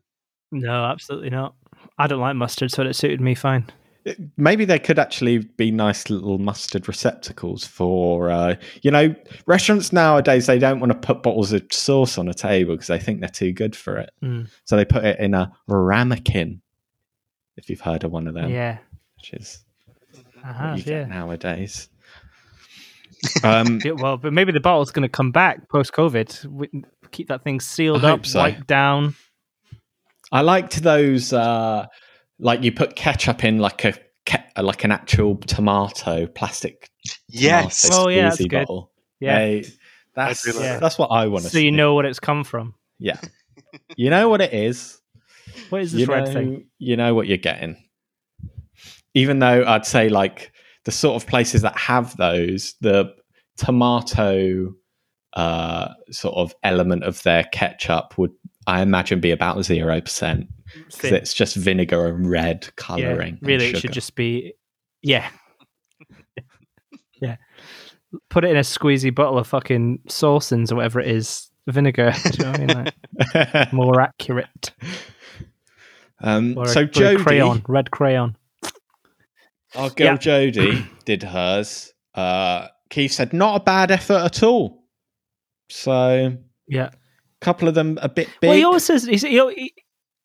[SPEAKER 1] No, absolutely not. I don't like mustard, so it suited me fine.
[SPEAKER 4] It- Maybe there could actually be nice little mustard receptacles for, uh, you know, restaurants nowadays. They don't want to put bottles of sauce on a table because they think they're too good for it.
[SPEAKER 1] Mm.
[SPEAKER 4] So they put it in a ramekin. If you've heard of one of them,
[SPEAKER 1] yeah,
[SPEAKER 4] which is
[SPEAKER 1] I
[SPEAKER 4] what
[SPEAKER 1] have,
[SPEAKER 4] you get
[SPEAKER 1] yeah.
[SPEAKER 4] nowadays. Um,
[SPEAKER 1] Yeah, Well, but maybe the bottle's going to come back post COVID. Keep that thing sealed
[SPEAKER 4] I
[SPEAKER 1] up,
[SPEAKER 4] hope so.
[SPEAKER 1] wiped down.
[SPEAKER 4] I liked those, uh, like you put ketchup in like a ke- like an actual tomato plastic.
[SPEAKER 3] Yes,
[SPEAKER 4] tomato
[SPEAKER 1] Oh, yeah, that's
[SPEAKER 4] squeezy
[SPEAKER 1] good.
[SPEAKER 4] bottle.
[SPEAKER 1] Yeah,
[SPEAKER 4] Hey, that's
[SPEAKER 3] do like
[SPEAKER 1] that.
[SPEAKER 4] that's what I want to
[SPEAKER 1] so you
[SPEAKER 4] see.
[SPEAKER 1] know what it's come from.
[SPEAKER 4] Yeah. You know what it is.
[SPEAKER 1] What is this
[SPEAKER 4] You
[SPEAKER 1] red
[SPEAKER 4] know,
[SPEAKER 1] thing?
[SPEAKER 4] you know what you're getting. Even though I'd say like the sort of places that have those, the tomato uh, sort of element of their ketchup would, I imagine, be about zero percent because
[SPEAKER 1] Thin.
[SPEAKER 4] it's just vinegar and red coloring. and
[SPEAKER 1] really, it should
[SPEAKER 4] sugar.
[SPEAKER 1] just be, yeah, yeah. Put it in a squeezy bottle of fucking saucins or whatever it is, vinegar. Do you know what I mean? Like, more accurate.
[SPEAKER 4] um,
[SPEAKER 1] Or a
[SPEAKER 4] so
[SPEAKER 1] blue
[SPEAKER 4] Jodie,
[SPEAKER 1] crayon, red crayon.
[SPEAKER 4] our girl
[SPEAKER 1] Yeah.
[SPEAKER 4] Jodie, did hers. Uh, Keith said not a bad effort at all. So
[SPEAKER 1] Yeah.
[SPEAKER 4] couple of them a bit big.
[SPEAKER 1] Well, he always says, he's, he, he,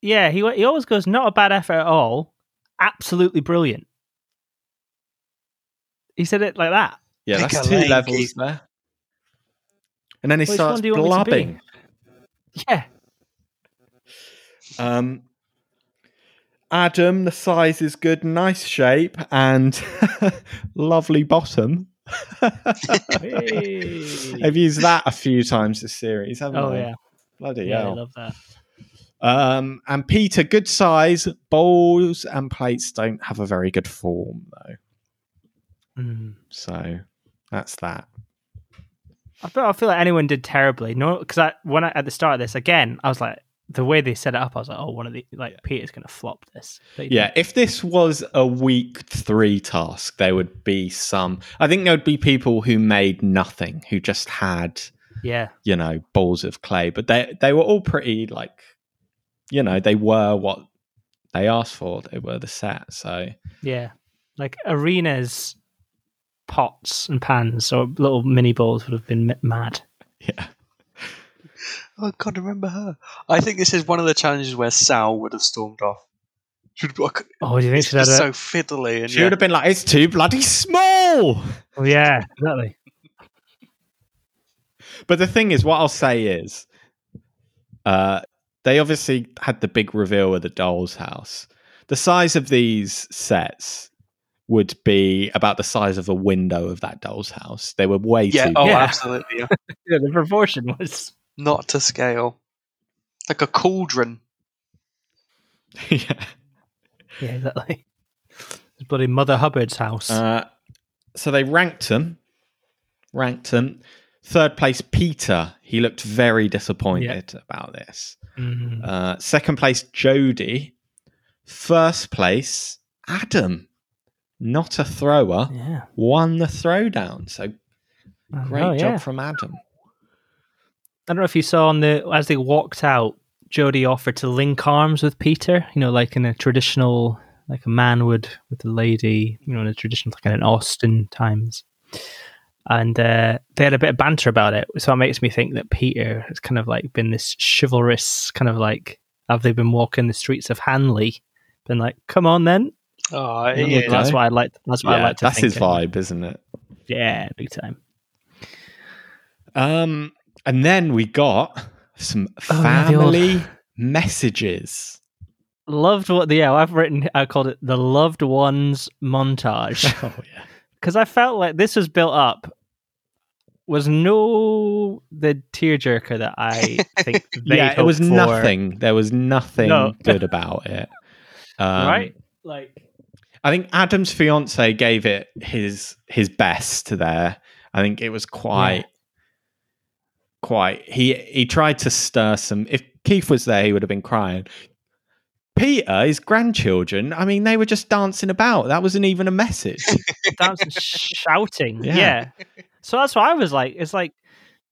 [SPEAKER 1] yeah, he he always goes, not a bad effort at all, absolutely brilliant. He said it like that.
[SPEAKER 4] yeah,
[SPEAKER 3] Pick
[SPEAKER 4] that's
[SPEAKER 3] a
[SPEAKER 4] two
[SPEAKER 3] lane,
[SPEAKER 4] levels
[SPEAKER 3] Keith.
[SPEAKER 4] there. And then he
[SPEAKER 1] Which
[SPEAKER 4] starts
[SPEAKER 1] one do you want me to be?
[SPEAKER 4] blubbing.
[SPEAKER 1] Yeah,
[SPEAKER 4] Um, Adam, the size is good, nice shape, and lovely bottom. I've used that a few times this series, haven't
[SPEAKER 1] Oh
[SPEAKER 4] I? "Oh."
[SPEAKER 1] yeah,
[SPEAKER 4] Bloody
[SPEAKER 1] yeah, I
[SPEAKER 4] hell.
[SPEAKER 1] love that.
[SPEAKER 4] Um, and Peter, good size. Bowls and plates don't have a very good form, though.
[SPEAKER 1] Mm.
[SPEAKER 4] So that's that.
[SPEAKER 1] I feel, I feel like anyone did terribly. No, because I when I at the start of this again, I was like the way they set it up. I was like, oh, one of the like Peter's gonna flop this. But he
[SPEAKER 4] Yeah, if this was a week three task, there would be some. I think there would be people who made nothing, who just had
[SPEAKER 1] didn't. yeah,
[SPEAKER 4] you know balls of clay but they they were all pretty like you know they were what they asked for they were the set so
[SPEAKER 1] yeah. Like arenas, pots and pans or little mini balls would have been m- mad.
[SPEAKER 4] yeah
[SPEAKER 3] Oh, I can't remember her. I think this is one of the challenges where Sal would have stormed off. She would be like,
[SPEAKER 1] Oh, do you think
[SPEAKER 3] it's
[SPEAKER 1] she'd had
[SPEAKER 3] just
[SPEAKER 1] a?
[SPEAKER 3] so fiddly. And
[SPEAKER 4] she would have been like it's too bloody small
[SPEAKER 1] Oh, yeah, exactly.
[SPEAKER 4] but the thing is what i'll say is uh they obviously had the big reveal of the doll's house the size of these sets would be about the size of a window of that doll's house they were way
[SPEAKER 3] yeah,
[SPEAKER 4] too
[SPEAKER 3] oh,
[SPEAKER 1] Yeah.
[SPEAKER 3] absolutely. Yeah.
[SPEAKER 1] Yeah, the proportion was.
[SPEAKER 3] Not to scale. Like a cauldron.
[SPEAKER 4] yeah
[SPEAKER 1] Yeah, exactly. It's bloody Mother Hubbard's house.
[SPEAKER 4] Uh, so they ranked them. Ranked them. Third place, Peter. He looked very disappointed about this.
[SPEAKER 1] Mm.
[SPEAKER 4] Uh, second place, Jody. First place, Adam. Not a thrower,
[SPEAKER 1] yeah.
[SPEAKER 4] won the throwdown. So
[SPEAKER 1] I
[SPEAKER 4] great
[SPEAKER 1] know,
[SPEAKER 4] job
[SPEAKER 1] yeah.
[SPEAKER 4] from Adam.
[SPEAKER 1] I don't know if you saw on the as they walked out, Jody offered to link arms with Peter. You know, like in a traditional, like a man would with a lady. You know, in a traditional, like in an Austin times. And uh, they had a bit of banter about it, so it makes me think that Peter has kind of like been this chivalrous kind of like. Have they been walking the streets of Hanley? Been like, come on then.
[SPEAKER 3] Oh,
[SPEAKER 1] You know,
[SPEAKER 3] yeah.
[SPEAKER 4] you go.
[SPEAKER 1] That's what I like. That's what I
[SPEAKER 4] Yeah,
[SPEAKER 1] like to
[SPEAKER 4] that's
[SPEAKER 1] think
[SPEAKER 4] his
[SPEAKER 1] anyway.
[SPEAKER 4] vibe, isn't it?
[SPEAKER 1] Yeah, big time.
[SPEAKER 4] Um, and then we got some
[SPEAKER 1] Oh, yeah, the old-
[SPEAKER 4] family messages.
[SPEAKER 1] Loved what the yeah, I've written I called it the loved ones montage.
[SPEAKER 4] Oh yeah.
[SPEAKER 1] Because I felt like this was built up was no the tearjerker that I think they
[SPEAKER 4] yeah, it
[SPEAKER 1] hoped
[SPEAKER 4] was
[SPEAKER 1] for,
[SPEAKER 4] nothing. There was nothing
[SPEAKER 1] No.
[SPEAKER 4] good about it. Um,
[SPEAKER 1] Right? Like
[SPEAKER 4] I think Adam's fiance gave it his his best there. I think it was quite quite he he tried to stir some if Keith was there he would have been crying. Peter, his grandchildren, I mean they were just dancing about. That wasn't even a message.
[SPEAKER 1] dancing shouting.
[SPEAKER 4] Yeah.
[SPEAKER 1] Yeah. So that's what I was like. It's like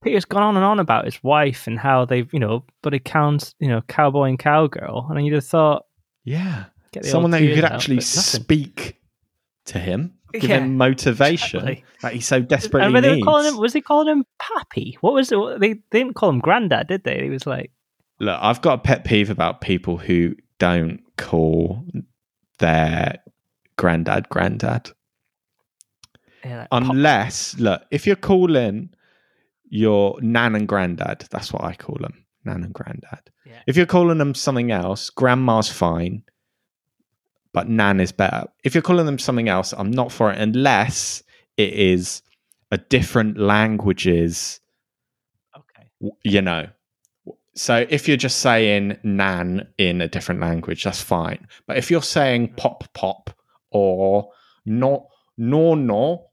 [SPEAKER 1] Peter's gone on and on about his wife and how they've, you know, but it counts, you know, cowboy and cowgirl. And you'd have thought,
[SPEAKER 4] yeah.
[SPEAKER 1] get the
[SPEAKER 4] Someone
[SPEAKER 1] old
[SPEAKER 4] that you
[SPEAKER 1] tears
[SPEAKER 4] could
[SPEAKER 1] out,
[SPEAKER 4] actually
[SPEAKER 1] but nothing.
[SPEAKER 4] speak to him, give
[SPEAKER 1] Yeah,
[SPEAKER 4] him motivation
[SPEAKER 1] exactly.
[SPEAKER 4] that he so desperately
[SPEAKER 1] I remember they
[SPEAKER 4] needs.
[SPEAKER 1] were calling him. Was he calling him Pappy? What was it? They, they didn't call him Granddad, did they? He was like,
[SPEAKER 4] Look, I've got a pet peeve about people who don't call their granddad granddad.
[SPEAKER 1] yeah, like, "Pop."
[SPEAKER 4] Unless, look, if you're calling your nan and granddad, that's what I call them, nan and granddad.
[SPEAKER 1] Yeah.
[SPEAKER 4] If you're calling them something else, grandma's fine, but nan is better. If you're calling them something else, I'm not for it unless it is a different language's
[SPEAKER 1] okay,
[SPEAKER 4] w- you know. So if you're just saying nan in a different language, that's fine. But if you're saying pop pop or no no no,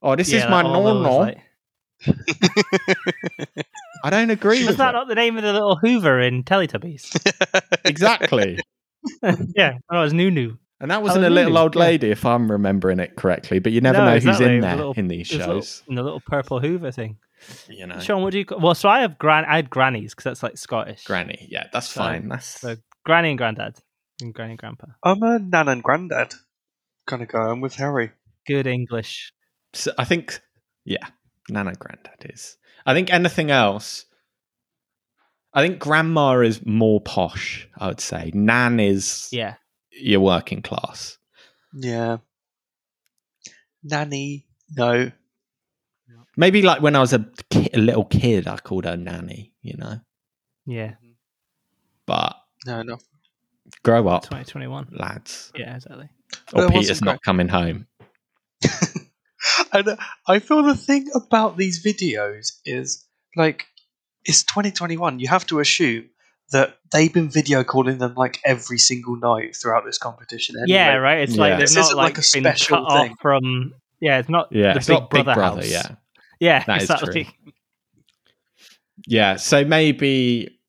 [SPEAKER 4] Oh, this is
[SPEAKER 1] Yeah,
[SPEAKER 4] my
[SPEAKER 1] that- all those,
[SPEAKER 4] no no.
[SPEAKER 1] like-
[SPEAKER 4] I don't agree
[SPEAKER 1] Was
[SPEAKER 4] with
[SPEAKER 1] that
[SPEAKER 4] that.
[SPEAKER 1] not the name of the little Hoover in Teletubbies?
[SPEAKER 4] exactly.
[SPEAKER 1] yeah, no, it was Nunu.
[SPEAKER 4] And that was
[SPEAKER 1] Oh,
[SPEAKER 4] in a little
[SPEAKER 1] really?
[SPEAKER 4] old
[SPEAKER 1] Yeah.
[SPEAKER 4] lady, if I'm remembering it correctly. But you never
[SPEAKER 1] No,
[SPEAKER 4] know who's
[SPEAKER 1] exactly.
[SPEAKER 4] in
[SPEAKER 1] The
[SPEAKER 4] there
[SPEAKER 1] little-
[SPEAKER 4] in these
[SPEAKER 1] It was little-
[SPEAKER 4] shows.
[SPEAKER 1] in the little purple Hoover thing.
[SPEAKER 4] You know,
[SPEAKER 1] Sean, what do you? ca- Well, so I have gran. I had grannies because that's like Scottish.
[SPEAKER 4] granny. Yeah, that's
[SPEAKER 1] So-
[SPEAKER 4] fine. That's
[SPEAKER 1] so- Granny and granddad, and granny and grandpa.
[SPEAKER 3] I'm a nan and granddad kind of guy. I'm with Harry.
[SPEAKER 1] Good English.
[SPEAKER 4] so I think, yeah, nana granddad is. I think anything else. I think grandma is more posh. I would say nan is
[SPEAKER 1] Yeah,
[SPEAKER 4] your working class.
[SPEAKER 3] Yeah. Nanny. No.
[SPEAKER 4] Maybe like when I was a, ki- a little kid, I called her nanny. You know,
[SPEAKER 1] yeah.
[SPEAKER 4] but
[SPEAKER 3] No, no.
[SPEAKER 4] grow up,
[SPEAKER 1] Twenty twenty one.
[SPEAKER 4] lads.
[SPEAKER 1] Yeah, exactly.
[SPEAKER 4] Or
[SPEAKER 3] There was
[SPEAKER 4] Peter's
[SPEAKER 3] some
[SPEAKER 4] not coming home.
[SPEAKER 3] And uh, I feel the thing about these videos is like it's 2021. You have to assume that they've been video calling them like every single night throughout this competition. Anyway.
[SPEAKER 1] yeah, right. It's
[SPEAKER 4] Yeah.
[SPEAKER 1] like they've
[SPEAKER 3] This
[SPEAKER 1] not
[SPEAKER 3] isn't like
[SPEAKER 1] like,
[SPEAKER 3] a
[SPEAKER 1] been
[SPEAKER 3] special
[SPEAKER 1] cut
[SPEAKER 3] thing.
[SPEAKER 1] off from. Yeah, it's not.
[SPEAKER 4] Yeah,
[SPEAKER 1] the
[SPEAKER 4] it's
[SPEAKER 1] Big
[SPEAKER 4] not Big
[SPEAKER 1] Brother
[SPEAKER 4] Brother.
[SPEAKER 1] house.
[SPEAKER 4] Yeah,
[SPEAKER 1] yeah.
[SPEAKER 4] That is
[SPEAKER 1] exactly.
[SPEAKER 4] Yeah, so maybe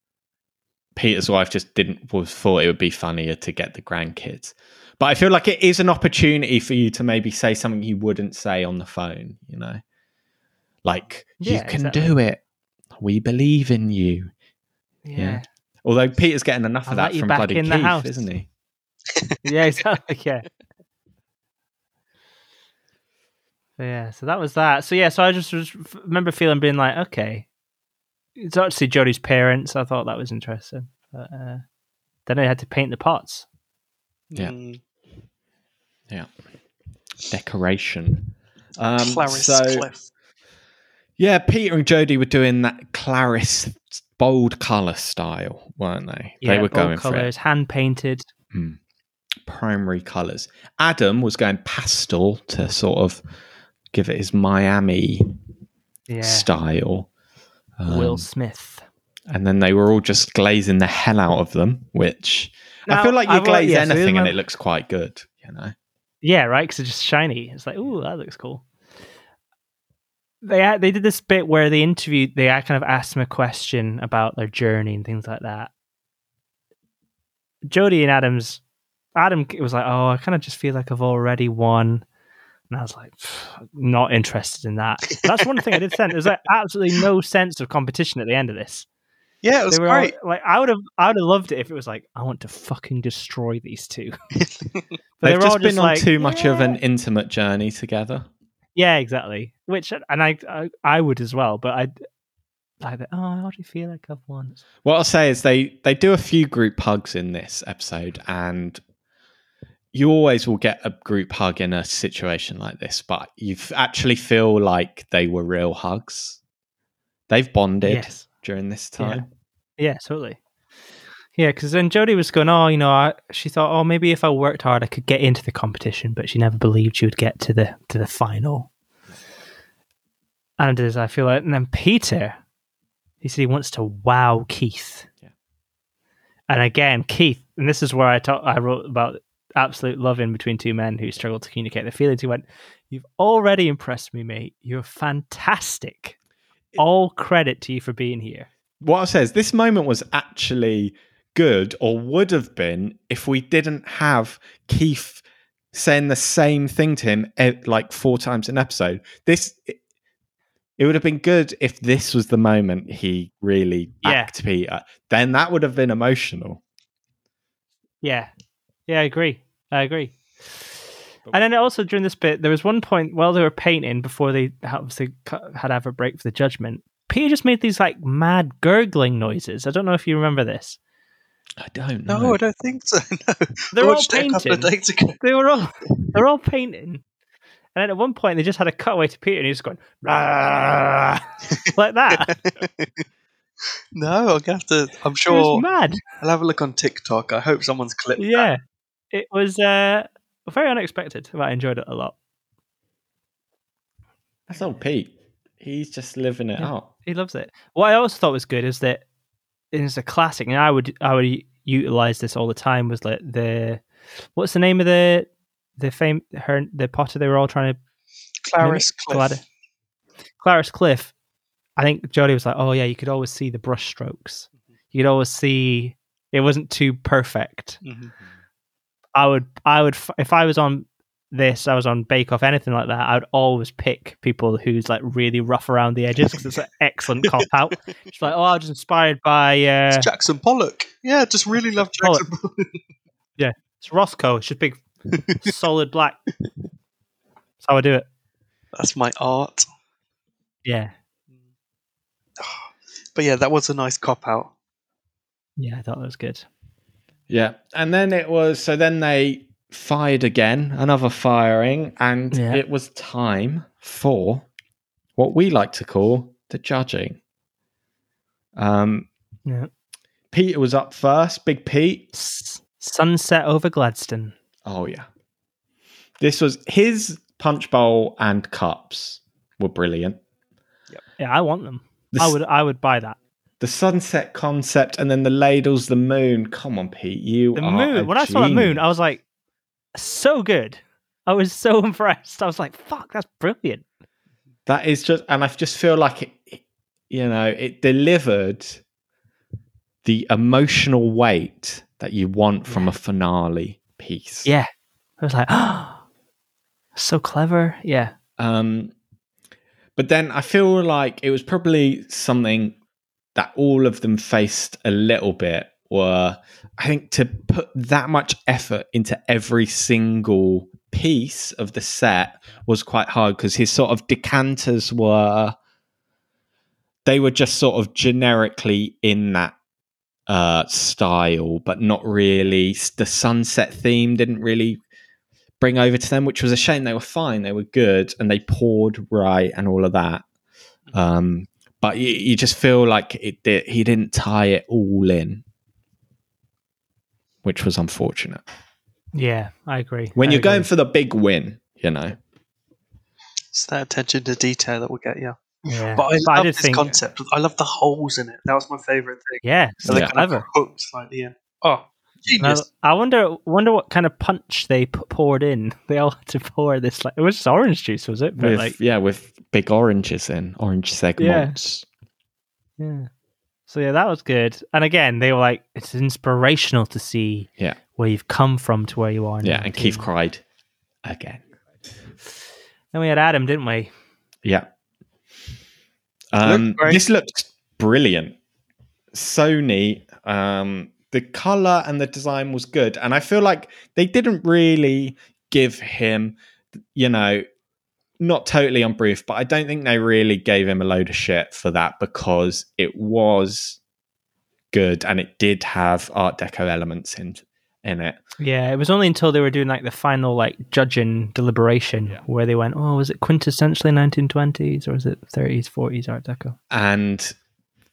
[SPEAKER 4] Peter's wife just didn't was thought it would be funnier to get the grandkids. But I feel like it is an opportunity for you to maybe say something you wouldn't say on the phone, you know? Like,
[SPEAKER 1] Yeah,
[SPEAKER 4] you can
[SPEAKER 1] exactly.
[SPEAKER 4] do it. We believe in you.
[SPEAKER 1] Yeah,
[SPEAKER 4] Although Peter's getting enough
[SPEAKER 1] I'll
[SPEAKER 4] of
[SPEAKER 1] let
[SPEAKER 4] that
[SPEAKER 1] you
[SPEAKER 4] from
[SPEAKER 1] back
[SPEAKER 4] bloody
[SPEAKER 1] in the
[SPEAKER 4] Keith,
[SPEAKER 1] house.
[SPEAKER 4] isn't he?
[SPEAKER 1] yeah, exactly. Yeah. But yeah, so that was that. So yeah, so I just was, remember feeling being like, okay, it's actually Jodie's parents. I thought that was interesting. But, uh, then I had to paint the pots.
[SPEAKER 4] Yeah.
[SPEAKER 3] Mm,
[SPEAKER 4] Decoration. Um,
[SPEAKER 3] Clarice
[SPEAKER 4] so,
[SPEAKER 3] Cliff.
[SPEAKER 4] yeah, Peter and Jodie were doing that Clarice bold colour style, weren't they?
[SPEAKER 1] Yeah,
[SPEAKER 4] they were
[SPEAKER 1] bold
[SPEAKER 4] going for it.
[SPEAKER 1] colors, hand painted.
[SPEAKER 4] primary colors. Adam was going pastel to sort of give it his Miami
[SPEAKER 1] Yeah,
[SPEAKER 4] style. Um,
[SPEAKER 1] Will Smith.
[SPEAKER 4] And then they were all just glazing the hell out of them, which I
[SPEAKER 1] Now,
[SPEAKER 4] feel like you
[SPEAKER 1] I've al-
[SPEAKER 4] glaze
[SPEAKER 1] yeah, so
[SPEAKER 4] anything
[SPEAKER 1] in
[SPEAKER 4] and
[SPEAKER 1] my-
[SPEAKER 4] it looks quite good, you know?
[SPEAKER 1] Yeah, right. Because it's just shiny. It's like, ooh, that looks cool. They had- they did this bit where they interviewed. They uh, kind of asked them a question about their journey and things like that. Jody and Adams, Adam was like, "Oh, I kind of just feel like I've already won," and I was like, "Pff, "Not interested in that." That's one thing I did sense. There's like absolutely no sense of competition at the end of this.
[SPEAKER 3] Yeah, it was
[SPEAKER 1] they were all-
[SPEAKER 3] great.
[SPEAKER 1] like, I would have, I would have loved it if it was like, "I want to fucking destroy these two. But they
[SPEAKER 4] They've
[SPEAKER 1] were
[SPEAKER 4] just
[SPEAKER 1] all
[SPEAKER 4] been on
[SPEAKER 1] like,
[SPEAKER 4] too much of
[SPEAKER 1] "Yeah."
[SPEAKER 4] an intimate journey together.
[SPEAKER 1] Yeah, exactly. Which and I I, I would as well, but I like oh, I already feel like I've won.
[SPEAKER 4] What I'll say is they they do a few group hugs in this episode, and you always will get a group hug in a situation like this, but you f- actually feel like they were real hugs. They've bonded
[SPEAKER 1] Yes.
[SPEAKER 4] during this time.
[SPEAKER 1] Yeah, totally. Yeah, because then Jodie was going, oh, you know, I, she thought, oh, maybe if I worked hard, I could get into the competition, but she never believed she would get to the to the final. And as I feel like, and then Peter, he said he wants to wow Keith.
[SPEAKER 4] Yeah.
[SPEAKER 1] And again, Keith, and this is where I talk, I wrote about absolute love in between two men who struggled to communicate their feelings. He went, "You've already impressed me, mate. You're fantastic. All credit to you for being here."
[SPEAKER 4] What I'll say is this moment was actually good or would have been if we didn't have Keith saying the same thing to him eh, like four times an episode. This it, it would have been good if this was the moment he really
[SPEAKER 1] Yeah.
[SPEAKER 4] backed Peter. Then that would have been emotional.
[SPEAKER 1] Yeah. Yeah, I agree. I agree. And then also during this bit, there was one point while they were painting before they obviously cu- had to have a break for the judgment. Peter just made these like mad gurgling noises. I don't know if you remember this.
[SPEAKER 4] I don't
[SPEAKER 3] No,
[SPEAKER 4] know.
[SPEAKER 3] I don't think so. No.
[SPEAKER 1] They're
[SPEAKER 3] I
[SPEAKER 1] all
[SPEAKER 3] watched it a couple of
[SPEAKER 1] painting.
[SPEAKER 3] days ago.
[SPEAKER 1] They were all they're all painting. And then at one point, they just had a cutaway to Peter, and he was going "Rah," like that.
[SPEAKER 3] No, I'm gonna have to.
[SPEAKER 1] It
[SPEAKER 3] I'm
[SPEAKER 1] was
[SPEAKER 3] sure
[SPEAKER 1] mad.
[SPEAKER 3] I'll have a look on TikTok. I hope someone's clipped.
[SPEAKER 1] Yeah, it was uh, very unexpected, but I enjoyed it a lot.
[SPEAKER 4] That's old Pete. He's just living it
[SPEAKER 1] Yeah.
[SPEAKER 4] up.
[SPEAKER 1] He loves it. What I also thought was good is that it's a classic, and I would I would utilize this all the time. Was like the what's the name of the the fame her the potter they were all trying to
[SPEAKER 3] Clarice Cliff.
[SPEAKER 1] Glad- Clarice Cliff, I think Jodie was like, "Oh yeah, you could always see the brushstrokes. You could always see it wasn't too perfect."
[SPEAKER 3] Mhm.
[SPEAKER 1] I would, I would, f- if I was on this, I was on Bake Off, anything like that. I would always pick people who's like really rough around the edges because it's an excellent cop out. It's like, "Oh, I was inspired by
[SPEAKER 3] It's
[SPEAKER 1] uh,
[SPEAKER 3] Jackson Pollock. Yeah, just really love Jackson Pollock.
[SPEAKER 1] it's Roscoe. It's just big, solid black." That's how I do it.
[SPEAKER 3] That's my art.
[SPEAKER 1] Yeah,
[SPEAKER 3] But yeah, that was a nice cop out.
[SPEAKER 1] yeah, I thought that was good.
[SPEAKER 4] Yeah. And then it was so then they fired again, another firing, and
[SPEAKER 1] Yeah.
[SPEAKER 4] it was time for what we like to call the judging. Um
[SPEAKER 1] Yeah.
[SPEAKER 4] Peter was up first, Big Pete.
[SPEAKER 1] S- sunset over Gladstone.
[SPEAKER 4] Oh yeah. This was his punch bowl and cups were brilliant.
[SPEAKER 1] Yeah, I want them.
[SPEAKER 4] The,
[SPEAKER 1] I
[SPEAKER 4] s-
[SPEAKER 1] would, I would buy that.
[SPEAKER 4] the sunset concept and then the ladles, the moon. Come on, Pete. You
[SPEAKER 1] The
[SPEAKER 4] are a
[SPEAKER 1] moon. When I saw that moon,
[SPEAKER 4] genius.
[SPEAKER 1] I was like, so good. I was so impressed. I was like, fuck, that's brilliant.
[SPEAKER 4] that is just and i just feel like it- it you know it delivered the emotional weight that you want from a finale piece
[SPEAKER 1] Yeah. I was like, oh, so clever. Yeah.
[SPEAKER 4] um but then i feel like it was probably something that all of them faced a little bit were i think to put that much effort into every single piece of the set was quite hard because his sort of decanters were they were just sort of generically in that uh style but not really the sunset theme didn't really bring over to them, which was a shame. They were fine, they were good, and they poured right and all of that. Um, but you, you just feel like it did, he didn't tie it all in, which was unfortunate.
[SPEAKER 1] Yeah, I agree.
[SPEAKER 4] When
[SPEAKER 1] I
[SPEAKER 4] you're
[SPEAKER 1] agree.
[SPEAKER 4] going for the big win, you know.
[SPEAKER 3] It's that attention to detail that will get you.
[SPEAKER 1] yeah.
[SPEAKER 3] But I
[SPEAKER 1] But I
[SPEAKER 3] love
[SPEAKER 1] did
[SPEAKER 3] this
[SPEAKER 1] think-
[SPEAKER 3] concept. I love the holes in it. That was my favourite thing.
[SPEAKER 1] yeah, so
[SPEAKER 4] Yeah.
[SPEAKER 1] clever.
[SPEAKER 3] Hooked slightly in. Oh,
[SPEAKER 1] And
[SPEAKER 3] genius.
[SPEAKER 1] I, I wonder, wonder what kind of punch they p- poured in. They all had to pour this. Like it was just orange juice, was it? But
[SPEAKER 4] With,
[SPEAKER 1] like,
[SPEAKER 4] yeah, with big oranges in, orange segments.
[SPEAKER 1] Yeah. So yeah, that was good. And again, they were like, it's inspirational to see
[SPEAKER 4] Yeah.
[SPEAKER 1] where you've come from to where you are.
[SPEAKER 4] Yeah,
[SPEAKER 1] now,
[SPEAKER 4] and
[SPEAKER 1] too.
[SPEAKER 4] Keith cried again.
[SPEAKER 1] Then we had Adam, didn't we?
[SPEAKER 4] Yeah. Um,
[SPEAKER 3] Looked great.
[SPEAKER 4] this looks brilliant. Sony, um, the color and the design was good. And I feel like they didn't really give him, you know, not totally on brief, but I don't think they really gave him a load of shit for that because it was good and it did have Art Deco elements in in it.
[SPEAKER 1] Yeah. It was only until they were doing like the final like judging deliberation
[SPEAKER 4] Yeah.
[SPEAKER 1] where they went, oh, was it quintessentially 1920s or is it 30s, 40s Art Deco?
[SPEAKER 4] and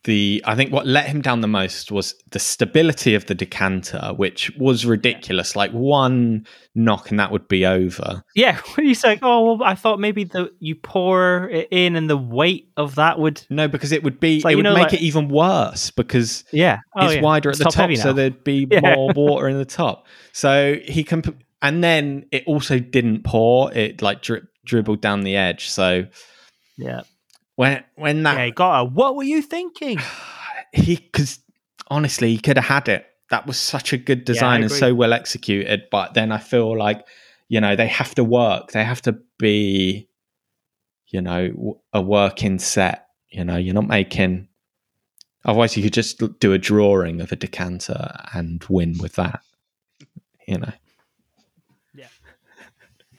[SPEAKER 4] the I think what let him down the most was the stability of the decanter, which was ridiculous. Like one knock and that would be over.
[SPEAKER 1] Yeah. He's like, oh, well, I thought maybe the you pour it in and the weight of that would.
[SPEAKER 4] No, because it would be
[SPEAKER 1] like,
[SPEAKER 4] it
[SPEAKER 1] you
[SPEAKER 4] would
[SPEAKER 1] know,
[SPEAKER 4] make
[SPEAKER 1] like-
[SPEAKER 4] it even worse because
[SPEAKER 1] Yeah. Oh,
[SPEAKER 4] it's
[SPEAKER 1] yeah.
[SPEAKER 4] wider at
[SPEAKER 1] It's
[SPEAKER 4] the
[SPEAKER 1] top
[SPEAKER 4] top,
[SPEAKER 1] heavy
[SPEAKER 4] so
[SPEAKER 1] now.
[SPEAKER 4] there'd be
[SPEAKER 1] Yeah.
[SPEAKER 4] more water in the top. So he can, p- and then it also didn't pour. It like drip, dribbled down the edge. So
[SPEAKER 1] Yeah.
[SPEAKER 4] when when that
[SPEAKER 1] Yeah. He got a, what were you thinking?
[SPEAKER 4] he because honestly he could have had it that was such a good design and
[SPEAKER 1] agree.
[SPEAKER 4] so well executed but then i feel like you know they have to work they have to be you know w- a working set you know you're not making otherwise you could just l- do a drawing of a decanter and win with that you know
[SPEAKER 1] Yeah.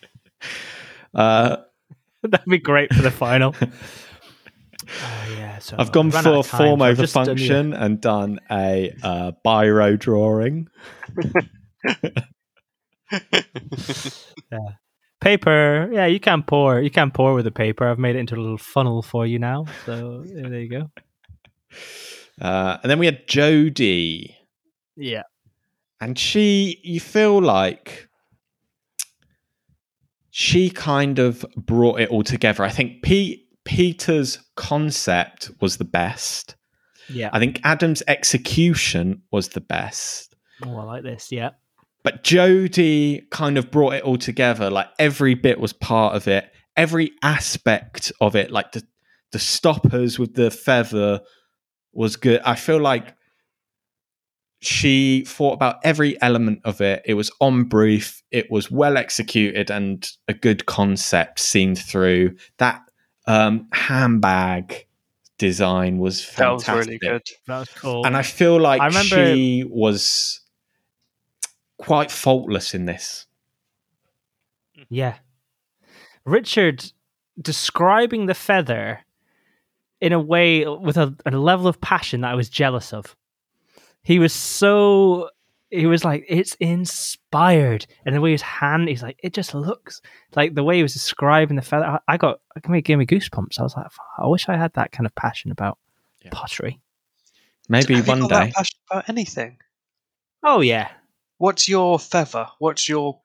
[SPEAKER 4] uh
[SPEAKER 1] That'd be great for the final. Oh, yeah, so
[SPEAKER 4] I've gone
[SPEAKER 1] I ran out
[SPEAKER 4] for
[SPEAKER 1] of time,
[SPEAKER 4] form
[SPEAKER 1] so I've
[SPEAKER 4] over
[SPEAKER 1] just done the-
[SPEAKER 4] function and done a uh, biro drawing.
[SPEAKER 1] paper. Yeah, you can pour. You can pour with the paper. I've made it into a little funnel for you now. So yeah, there you go.
[SPEAKER 4] Uh, and then we had Jodie,
[SPEAKER 1] Yeah,
[SPEAKER 4] and she, you feel like she kind of brought it all together. I think Pete, Peter's concept was the best.
[SPEAKER 1] yeah.
[SPEAKER 4] I think Adam's execution was the best.
[SPEAKER 1] Oh, I like this. Yeah,
[SPEAKER 4] But Jodie kind of brought it all together. Like every bit was part of it. every aspect of it, like the the stoppers with the feather was good. I feel like she thought about every element of it. It was on brief, it was well executed, and a good concept seen through. That um, handbag design was
[SPEAKER 3] That was
[SPEAKER 4] fantastic,
[SPEAKER 3] really good.
[SPEAKER 2] That was cool.
[SPEAKER 4] and I feel like
[SPEAKER 1] I remember-
[SPEAKER 4] she was quite faultless in this.
[SPEAKER 1] Yeah. Richard describing the feather in a way with a, a level of passion that I was jealous of. He was so he was like, it's inspired. And the way his hand, he's like, it just looks like the way he was describing the feather. I, I got, it made- gave me goosebumps. I was like, I wish I had that kind of passion about
[SPEAKER 4] Yeah.
[SPEAKER 1] pottery.
[SPEAKER 4] Maybe
[SPEAKER 3] Have you
[SPEAKER 4] one
[SPEAKER 3] got that
[SPEAKER 4] day.
[SPEAKER 3] passionate about anything.
[SPEAKER 1] Oh, yeah.
[SPEAKER 3] What's your feather? What's your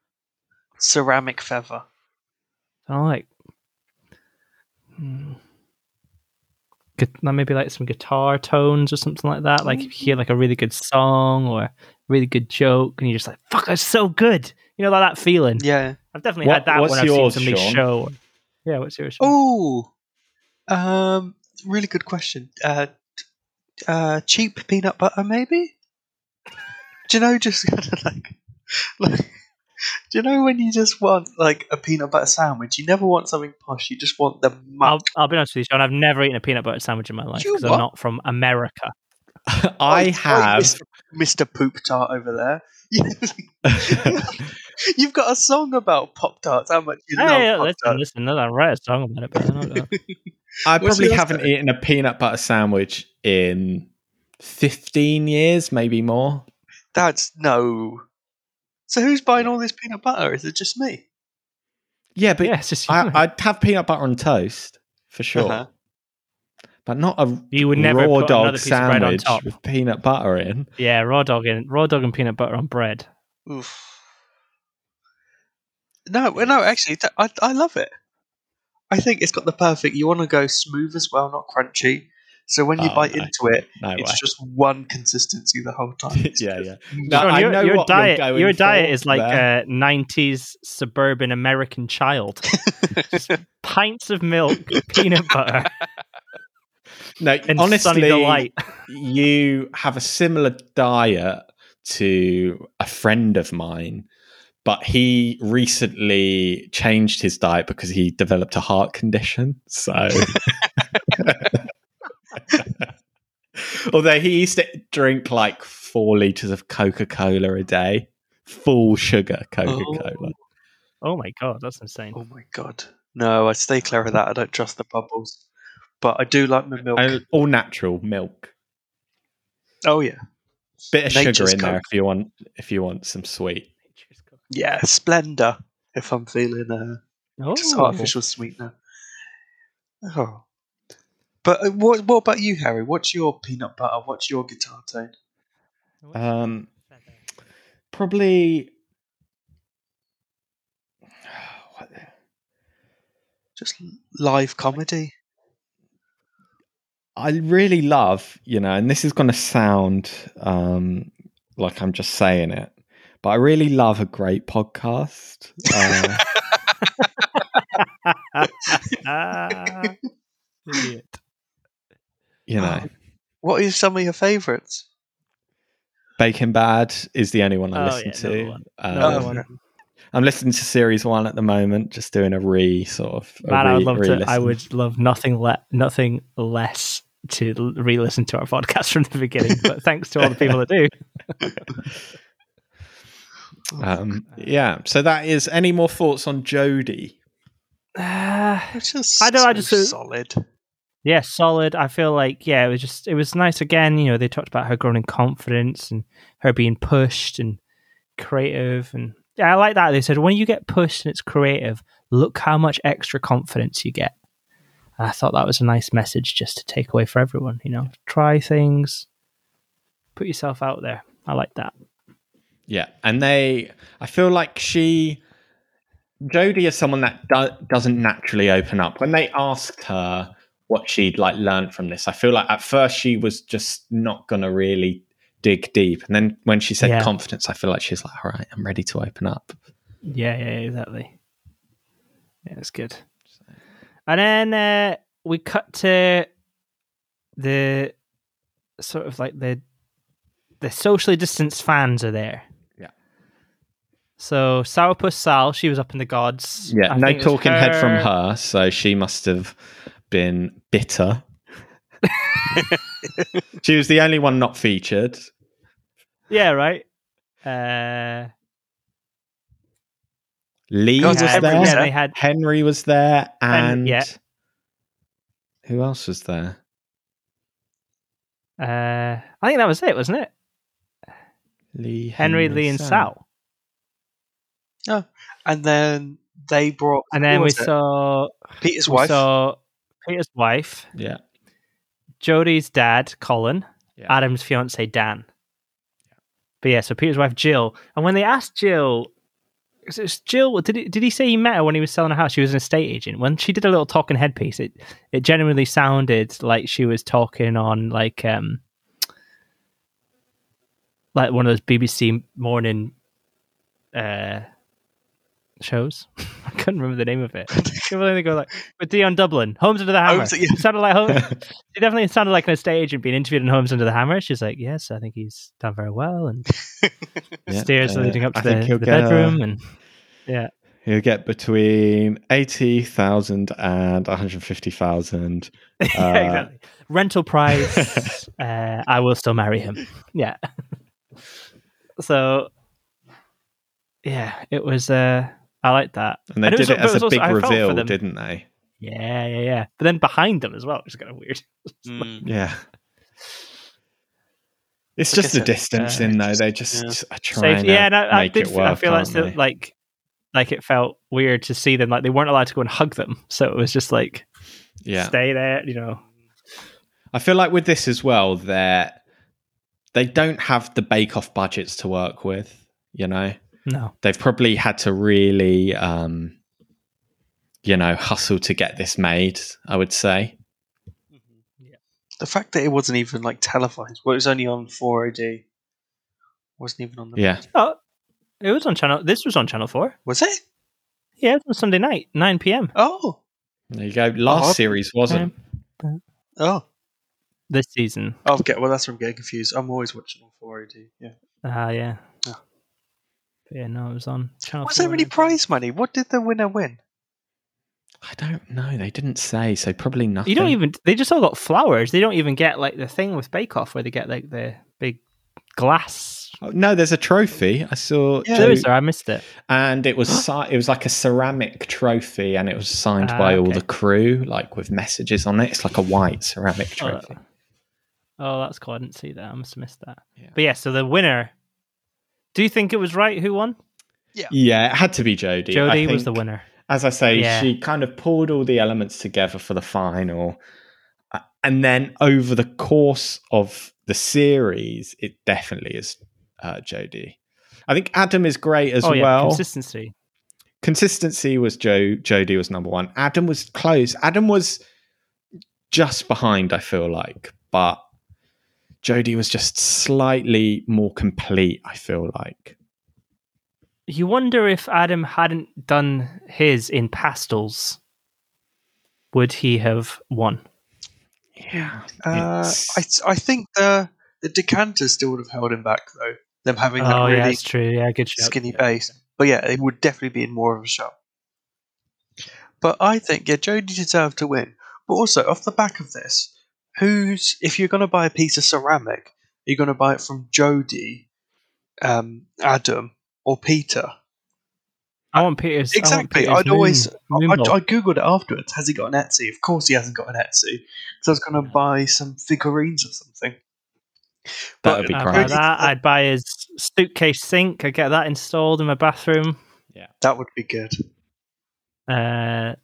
[SPEAKER 3] ceramic feather?
[SPEAKER 1] And I'm like, hmm. Gu- like, maybe like some guitar tones or something like that. Like if you hear like a really good song or a really good joke, and you're just like, "Fuck, that's so good." You know, like that feeling.
[SPEAKER 3] Yeah.
[SPEAKER 1] I've definitely
[SPEAKER 4] What-
[SPEAKER 1] had that
[SPEAKER 4] what's
[SPEAKER 1] when I've
[SPEAKER 4] yours,
[SPEAKER 1] seen somebody
[SPEAKER 4] Sean?
[SPEAKER 1] show. Yeah, what's yours? Sean?
[SPEAKER 3] Oh, um, really good question. Uh, t- uh, cheap peanut butter, maybe. Do you know just kind of like, like, do you know when you just want like a peanut butter sandwich? You never want something posh. You just want the
[SPEAKER 1] I'll,
[SPEAKER 3] malt.
[SPEAKER 1] I'll be honest with you, Sean. I've never eaten a peanut butter sandwich in my life
[SPEAKER 3] You
[SPEAKER 1] because I'm
[SPEAKER 3] what?
[SPEAKER 1] not from America.
[SPEAKER 4] I have.
[SPEAKER 3] Oh, Mister Poop Tart over there. You've got a song about Pop Tarts. How much you
[SPEAKER 1] Hey,
[SPEAKER 3] love Pop
[SPEAKER 1] listen,
[SPEAKER 3] Tarts?
[SPEAKER 1] listen, no, I write a song about it, but I'm not gonna-
[SPEAKER 4] I
[SPEAKER 3] What's
[SPEAKER 4] probably
[SPEAKER 3] yours,
[SPEAKER 4] haven't
[SPEAKER 3] Dave?
[SPEAKER 4] eaten a peanut butter sandwich in 15 years, maybe more.
[SPEAKER 3] That's no. So who's buying all this peanut butter? Is it just me?
[SPEAKER 4] Yeah, but
[SPEAKER 1] yeah, it's just you.
[SPEAKER 4] I, I'd have peanut butter on toast for sure,
[SPEAKER 3] Uh-huh.
[SPEAKER 4] but not a
[SPEAKER 1] you would never
[SPEAKER 4] raw
[SPEAKER 1] put another
[SPEAKER 4] dog
[SPEAKER 1] piece of bread on
[SPEAKER 4] sandwich
[SPEAKER 1] top.
[SPEAKER 4] with peanut butter in.
[SPEAKER 1] Yeah, raw dog and raw dog and peanut butter on bread.
[SPEAKER 3] Oof. No, well, no, actually, th- I, I love it. I think it's got the perfect. You want to go smooth as well, not crunchy. So when you
[SPEAKER 4] Oh,
[SPEAKER 3] bite
[SPEAKER 4] no.
[SPEAKER 3] into it,
[SPEAKER 4] No way.
[SPEAKER 3] it's just one consistency the whole time. It's
[SPEAKER 4] yeah, yeah.
[SPEAKER 3] just-
[SPEAKER 4] No,
[SPEAKER 1] Sean,
[SPEAKER 4] I
[SPEAKER 1] your,
[SPEAKER 4] know
[SPEAKER 1] your
[SPEAKER 4] what you're
[SPEAKER 1] diet,
[SPEAKER 4] going
[SPEAKER 1] your
[SPEAKER 4] for
[SPEAKER 1] diet is like
[SPEAKER 4] there.
[SPEAKER 1] a '90s suburban American child. Just pints of milk, peanut butter,
[SPEAKER 4] No,
[SPEAKER 1] and sunny
[SPEAKER 4] honestly,
[SPEAKER 1] delight.
[SPEAKER 4] you have a similar diet to a friend of mine, but he recently changed his diet because he developed a heart condition. So, although he used to drink like four liters of Coca Cola a day, full sugar Coca Cola.
[SPEAKER 1] Oh my god, that's insane.
[SPEAKER 3] Oh my god! No, I stay clear of that. I don't trust the bubbles, but I do like my milk.
[SPEAKER 4] And All natural milk.
[SPEAKER 3] oh yeah,
[SPEAKER 4] Bit of sugar
[SPEAKER 3] Nature's
[SPEAKER 4] in there
[SPEAKER 3] Coke.
[SPEAKER 4] if you want if you want some sweet.
[SPEAKER 3] yeah, Splendor. If I'm feeling uh,
[SPEAKER 1] Oh,
[SPEAKER 3] just artificial sweetener. Oh. But uh, what what about you, Harry? What's your peanut butter? What's your guitar tone?
[SPEAKER 4] Um, probably what the-
[SPEAKER 3] Just live comedy.
[SPEAKER 4] I really love, you know, and this is going to sound um, like I'm just saying it, but I really love a great podcast. Uh,
[SPEAKER 1] Ah, idiot.
[SPEAKER 4] you
[SPEAKER 1] Oh.
[SPEAKER 4] know,
[SPEAKER 3] What are some of your favourites?
[SPEAKER 4] Bacon Bad is the only one I
[SPEAKER 1] Oh,
[SPEAKER 4] listen
[SPEAKER 1] yeah, another
[SPEAKER 4] to.
[SPEAKER 1] one.
[SPEAKER 4] Um,
[SPEAKER 1] Another
[SPEAKER 3] Oh,
[SPEAKER 1] one.
[SPEAKER 3] yeah.
[SPEAKER 4] I'm listening to series one at the moment, just doing a re sort of. a
[SPEAKER 1] Man, I would
[SPEAKER 4] re-
[SPEAKER 1] love to. I
[SPEAKER 4] re-listen.
[SPEAKER 1] would love nothing le- nothing less to l- re-listen to our podcast from the beginning. But thanks to all the people that do.
[SPEAKER 4] Um, yeah. So that is. Any more thoughts on Jodie?
[SPEAKER 1] Ah.
[SPEAKER 3] It's just
[SPEAKER 1] I don't- I just-
[SPEAKER 3] so solid.
[SPEAKER 1] yeah, solid. I feel like yeah, it was just it was nice again. You know, they talked about her growing in confidence and her being pushed and creative, and yeah, I like that. They said when you get pushed and it's creative, look how much extra confidence you get. And I thought that was a nice message just to take away for everyone. You know, try things, put yourself out there. I like that.
[SPEAKER 4] Yeah, and they, I feel like she, Jodie is someone that do, doesn't naturally open up. When they asked her what she'd like learned from this, I feel like at first she was just not gonna really dig deep, and then when she said
[SPEAKER 1] Yeah.
[SPEAKER 4] confidence, I feel like she's like, all right, I'm ready to open up.
[SPEAKER 1] Yeah, yeah, exactly. Yeah, it's good.
[SPEAKER 4] So,
[SPEAKER 1] And then uh, we cut to the sort of like the the socially distanced fans are there.
[SPEAKER 4] Yeah.
[SPEAKER 1] So Sourpuss Sal, she was up in the gods.
[SPEAKER 4] Yeah,
[SPEAKER 1] I
[SPEAKER 4] no
[SPEAKER 1] think it was
[SPEAKER 4] talking head from her, so she must have been bitter. she was the only one not featured.
[SPEAKER 1] Yeah, right. Uh,
[SPEAKER 4] Lee
[SPEAKER 3] God,
[SPEAKER 4] was
[SPEAKER 3] yeah,
[SPEAKER 4] there.
[SPEAKER 3] everyone-
[SPEAKER 1] yeah, they had
[SPEAKER 4] Henry was there, and
[SPEAKER 1] Hen- yeah.
[SPEAKER 4] who else was there?
[SPEAKER 1] Uh, I think that was it, wasn't it?
[SPEAKER 4] Lee,
[SPEAKER 1] Henry, Lee, and Sal.
[SPEAKER 3] And then they brought.
[SPEAKER 1] And then
[SPEAKER 3] who
[SPEAKER 1] we
[SPEAKER 3] was it?
[SPEAKER 1] saw,
[SPEAKER 3] Peter's
[SPEAKER 1] we
[SPEAKER 3] wife.
[SPEAKER 1] saw Peter's wife,
[SPEAKER 4] Yeah,
[SPEAKER 1] Jodie's dad, Colin,
[SPEAKER 4] Yeah.
[SPEAKER 1] Adam's fiance, Dan. But yeah, so Peter's wife, Jill. And when they asked Jill, 'cause it was Jill, did he, did he say he met her when he was selling a house? She was an estate agent. When she did a little talking headpiece, it, it genuinely sounded like she was talking on like um like one of those BBC morning uh shows. I couldn't remember the name of it. You know, when they go like with Dion Dublin, Homes Under the Hammer.
[SPEAKER 3] Homes- yeah.
[SPEAKER 1] It sounded like home, it definitely sounded like an estate agent being interviewed in Homes Under the Hammer. She's like, yes, I think he's done very well, and
[SPEAKER 4] yeah.
[SPEAKER 1] stairs
[SPEAKER 4] Uh,
[SPEAKER 1] leading up
[SPEAKER 4] I
[SPEAKER 1] to
[SPEAKER 4] think
[SPEAKER 1] the,
[SPEAKER 4] he'll
[SPEAKER 1] the
[SPEAKER 4] get uh, a-
[SPEAKER 1] bedroom, and
[SPEAKER 4] He'll get between eighty thousand and one hundred fifty thousand. uh,
[SPEAKER 1] Yeah, exactly. rental price. uh, I will still marry him. Yeah. so, yeah, it was. Uh, I like that.
[SPEAKER 4] And they
[SPEAKER 1] And it
[SPEAKER 4] did
[SPEAKER 1] was- but
[SPEAKER 4] it
[SPEAKER 1] it
[SPEAKER 4] as
[SPEAKER 1] was
[SPEAKER 4] a
[SPEAKER 1] also-
[SPEAKER 4] big
[SPEAKER 1] I felt for
[SPEAKER 4] reveal,
[SPEAKER 1] them.
[SPEAKER 4] didn't they?
[SPEAKER 1] Yeah, yeah, yeah. But then behind them as well, which is kind of weird.
[SPEAKER 3] Mm.
[SPEAKER 4] Yeah. It's
[SPEAKER 3] I
[SPEAKER 4] just
[SPEAKER 3] guess
[SPEAKER 4] the
[SPEAKER 3] it-
[SPEAKER 4] distance
[SPEAKER 1] yeah,
[SPEAKER 4] in though. They just are trying
[SPEAKER 1] uh, Safety-
[SPEAKER 4] to
[SPEAKER 1] Yeah, and I, I
[SPEAKER 4] make
[SPEAKER 1] did.
[SPEAKER 4] it
[SPEAKER 1] f-
[SPEAKER 4] work.
[SPEAKER 1] I feel like
[SPEAKER 4] aren't
[SPEAKER 1] still,
[SPEAKER 4] they?
[SPEAKER 1] like like it felt weird to see them. Like they weren't allowed to go and hug them, so it was just like
[SPEAKER 4] yeah.
[SPEAKER 1] stay there. You know.
[SPEAKER 4] I feel like with this as well that they don't have the bake off budgets to work with, you know.
[SPEAKER 1] No.
[SPEAKER 4] They've probably had to really um you know, hustle to get this made, I would say.
[SPEAKER 1] Mm-hmm.
[SPEAKER 3] The fact that it wasn't even like televised, well, it was only on 4OD. Wasn't even on the.
[SPEAKER 4] Yeah.
[SPEAKER 1] Oh, it was on channel. This was on channel four.
[SPEAKER 3] Was it?
[SPEAKER 1] Yeah, it was on Sunday night, nine p.m.
[SPEAKER 3] Oh.
[SPEAKER 4] There you go. Last
[SPEAKER 3] Oh.
[SPEAKER 4] series
[SPEAKER 1] Um,
[SPEAKER 4] wasn't.
[SPEAKER 3] Oh.
[SPEAKER 1] This season.
[SPEAKER 3] Oh, okay. Well, that's where I'm getting confused. I'm always watching on 4OD. Yeah.
[SPEAKER 1] Ah, yeah.
[SPEAKER 3] Oh.
[SPEAKER 1] Yeah, no, it was on channel.
[SPEAKER 3] Was there
[SPEAKER 1] 4,
[SPEAKER 3] any
[SPEAKER 1] I think.
[SPEAKER 3] prize money? What did the winner win?
[SPEAKER 4] I don't know. They didn't say, so probably nothing.
[SPEAKER 1] You don't even. They just all got flowers. They don't even get like the thing with Bake Off where they get like the big glass.
[SPEAKER 4] Oh, no, there's a trophy. I saw
[SPEAKER 3] Yeah.
[SPEAKER 1] There
[SPEAKER 4] Joe-
[SPEAKER 1] is there. I missed it.
[SPEAKER 4] and it was si- it was like a ceramic trophy and it was signed
[SPEAKER 1] Ah,
[SPEAKER 4] by all
[SPEAKER 1] okay.
[SPEAKER 4] the crew like with messages on it it's like a white ceramic
[SPEAKER 1] Oh, that-
[SPEAKER 4] trophy
[SPEAKER 1] Oh, that's cool. I didn't see that. I must have missed that.
[SPEAKER 4] Yeah.
[SPEAKER 1] But yeah, so the winner. Do you think it was right? Who won?
[SPEAKER 4] yeah it had to be jodie I
[SPEAKER 1] Jodie was the
[SPEAKER 4] think.
[SPEAKER 1] winner.
[SPEAKER 4] as i say
[SPEAKER 1] Yeah.
[SPEAKER 4] she kind of pulled all the elements together for the final Uh, and then over the course of the series it definitely is uh, jodie i think adam is great as
[SPEAKER 1] oh yeah,
[SPEAKER 4] well
[SPEAKER 1] consistency.
[SPEAKER 4] consistency was Joe Jody was number one. Adam was close. Adam was just behind, I feel like, but Jody was just slightly more complete, I feel like.
[SPEAKER 1] You wonder if Adam hadn't done his in pastels, would he have won?
[SPEAKER 4] Yeah.
[SPEAKER 3] Uh,
[SPEAKER 4] It's-
[SPEAKER 3] I, I think the the decanter still would have held him back though. Them having that
[SPEAKER 1] oh yeah,
[SPEAKER 3] really
[SPEAKER 1] that's true. Yeah, good shout.
[SPEAKER 3] skinny base, but yeah, it would definitely be in more of a shot. But I think yeah, Jody deserved to win. But also off the back of this, who's if you're going to buy a piece of ceramic, you're going to buy it from Jody, um, Adam, or Peter.
[SPEAKER 1] I want Peter's.
[SPEAKER 3] Exactly.
[SPEAKER 1] I want
[SPEAKER 3] I'd
[SPEAKER 1] Peter's
[SPEAKER 3] always.
[SPEAKER 1] moon-
[SPEAKER 3] I,
[SPEAKER 1] moon ball.
[SPEAKER 3] I googled it afterwards. Has he got an Etsy? Of course he hasn't got an Etsy. Because I was going to buy some figurines or something.
[SPEAKER 4] that would be
[SPEAKER 1] I'd
[SPEAKER 3] Uh,
[SPEAKER 1] buy
[SPEAKER 4] great.
[SPEAKER 3] Christ.
[SPEAKER 1] that. I'd buy his suitcase sink. I'd get that installed in my bathroom.
[SPEAKER 3] That would be good.
[SPEAKER 1] Uh,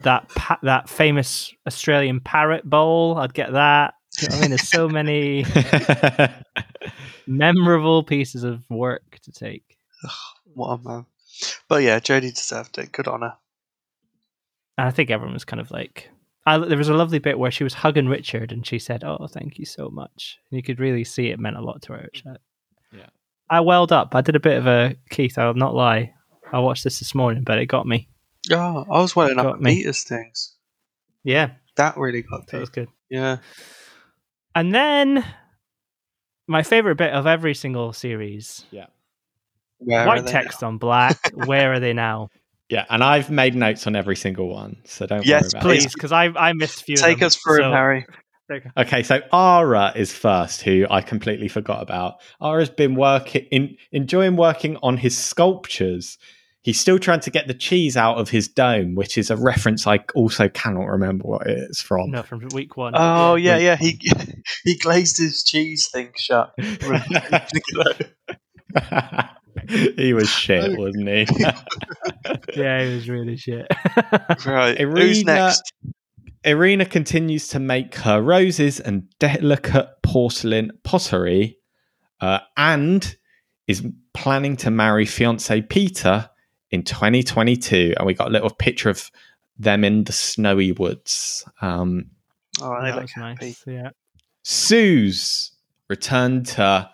[SPEAKER 1] that pa- that famous Australian parrot bowl. I'd get that. You know what I mean, there's so many memorable pieces of work to take.
[SPEAKER 3] What a man. But yeah, Jodie deserved it. Good honour.
[SPEAKER 1] And I think everyone was kind of like, I, there was a lovely bit where she was hugging Richard and she said, "Oh, thank you so much." And you could really see it meant a lot to her. Which I,
[SPEAKER 4] Yeah.
[SPEAKER 1] I welled up. I did a bit of a Keith. I'll not lie. I watched this this morning, but it got me.
[SPEAKER 3] Oh, I was wondering
[SPEAKER 1] Got
[SPEAKER 3] up
[SPEAKER 1] me.
[SPEAKER 3] Peter's things.
[SPEAKER 1] Yeah,
[SPEAKER 3] That really got
[SPEAKER 1] that
[SPEAKER 3] me.
[SPEAKER 1] was good.
[SPEAKER 3] Yeah.
[SPEAKER 1] And then my favorite bit of every single series
[SPEAKER 3] Where are
[SPEAKER 1] white
[SPEAKER 3] they?
[SPEAKER 1] text on black. Where are they now?
[SPEAKER 4] Yeah, and I've made notes on every single one, so don't
[SPEAKER 3] Yes,
[SPEAKER 4] worry about
[SPEAKER 1] Please, because I, I missed a few. of
[SPEAKER 3] Take
[SPEAKER 1] them,
[SPEAKER 3] us through
[SPEAKER 1] so-
[SPEAKER 3] him, Harry.
[SPEAKER 4] it. Okay, so Ara is first, who I completely forgot about. Ara's been working in enjoying working on his sculptures. He's still trying to get the cheese out of his dome, which is a reference I also cannot remember what it's from.
[SPEAKER 1] No, from week one.
[SPEAKER 3] Oh yeah, yeah. He he glazed his cheese thing shut.
[SPEAKER 4] he was shit, wasn't he?
[SPEAKER 1] yeah, it was really shit.
[SPEAKER 3] right. Who's
[SPEAKER 4] Irina-
[SPEAKER 3] next?
[SPEAKER 4] Irina continues to make her roses and delicate porcelain pottery uh, and is planning to marry fiance Peter in 2022. And we got a little picture of them in the snowy woods. Um,
[SPEAKER 3] Oh, they
[SPEAKER 1] that
[SPEAKER 3] look
[SPEAKER 1] was
[SPEAKER 3] happy.
[SPEAKER 1] nice. Yeah.
[SPEAKER 4] Suze returned to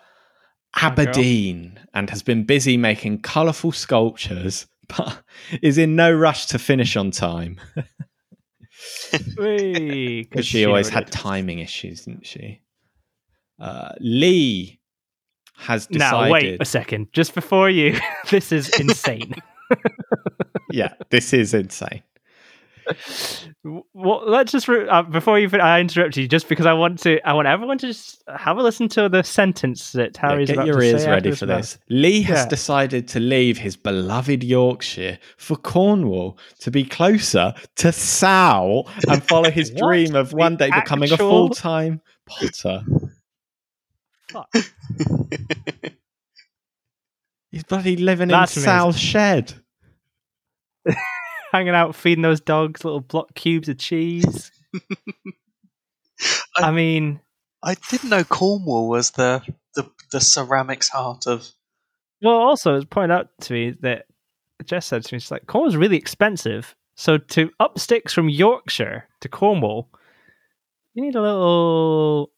[SPEAKER 4] Aberdeen and has been busy making colourful sculptures, but is in no rush to finish on time because
[SPEAKER 1] Because
[SPEAKER 4] she always had timing issues, didn't she? Uh, Lee has decided.
[SPEAKER 1] Now wait a second, just before you, this is insane.
[SPEAKER 4] yeah, this is insane.
[SPEAKER 1] well, let's just re- uh, before you. fin- I interrupt you just because I want to. I want everyone to just have a listen to the sentence that
[SPEAKER 4] Yeah,
[SPEAKER 1] Harry's
[SPEAKER 4] get
[SPEAKER 1] about
[SPEAKER 4] your
[SPEAKER 1] to
[SPEAKER 4] ears
[SPEAKER 1] say
[SPEAKER 4] ready
[SPEAKER 1] after
[SPEAKER 4] for
[SPEAKER 1] mouth.
[SPEAKER 4] this. Lee has
[SPEAKER 1] Yeah.
[SPEAKER 4] decided to leave his beloved Yorkshire for Cornwall to be closer to Sal and follow his
[SPEAKER 1] What?
[SPEAKER 4] dream of one day becoming a
[SPEAKER 1] actual-
[SPEAKER 4] full time potter.
[SPEAKER 1] Fuck.
[SPEAKER 4] He's bloody living
[SPEAKER 1] That's
[SPEAKER 4] in
[SPEAKER 1] amazing.
[SPEAKER 4] Sal's shed.
[SPEAKER 1] Hanging out, feeding those dogs little block cubes of cheese. I mean,
[SPEAKER 3] I didn't know Cornwall was the the, the ceramics heart of.
[SPEAKER 1] well, also it's pointed out to me that Jess said to me, she's like, Cornwall's really expensive. So to up sticks from Yorkshire to Cornwall, you need a little,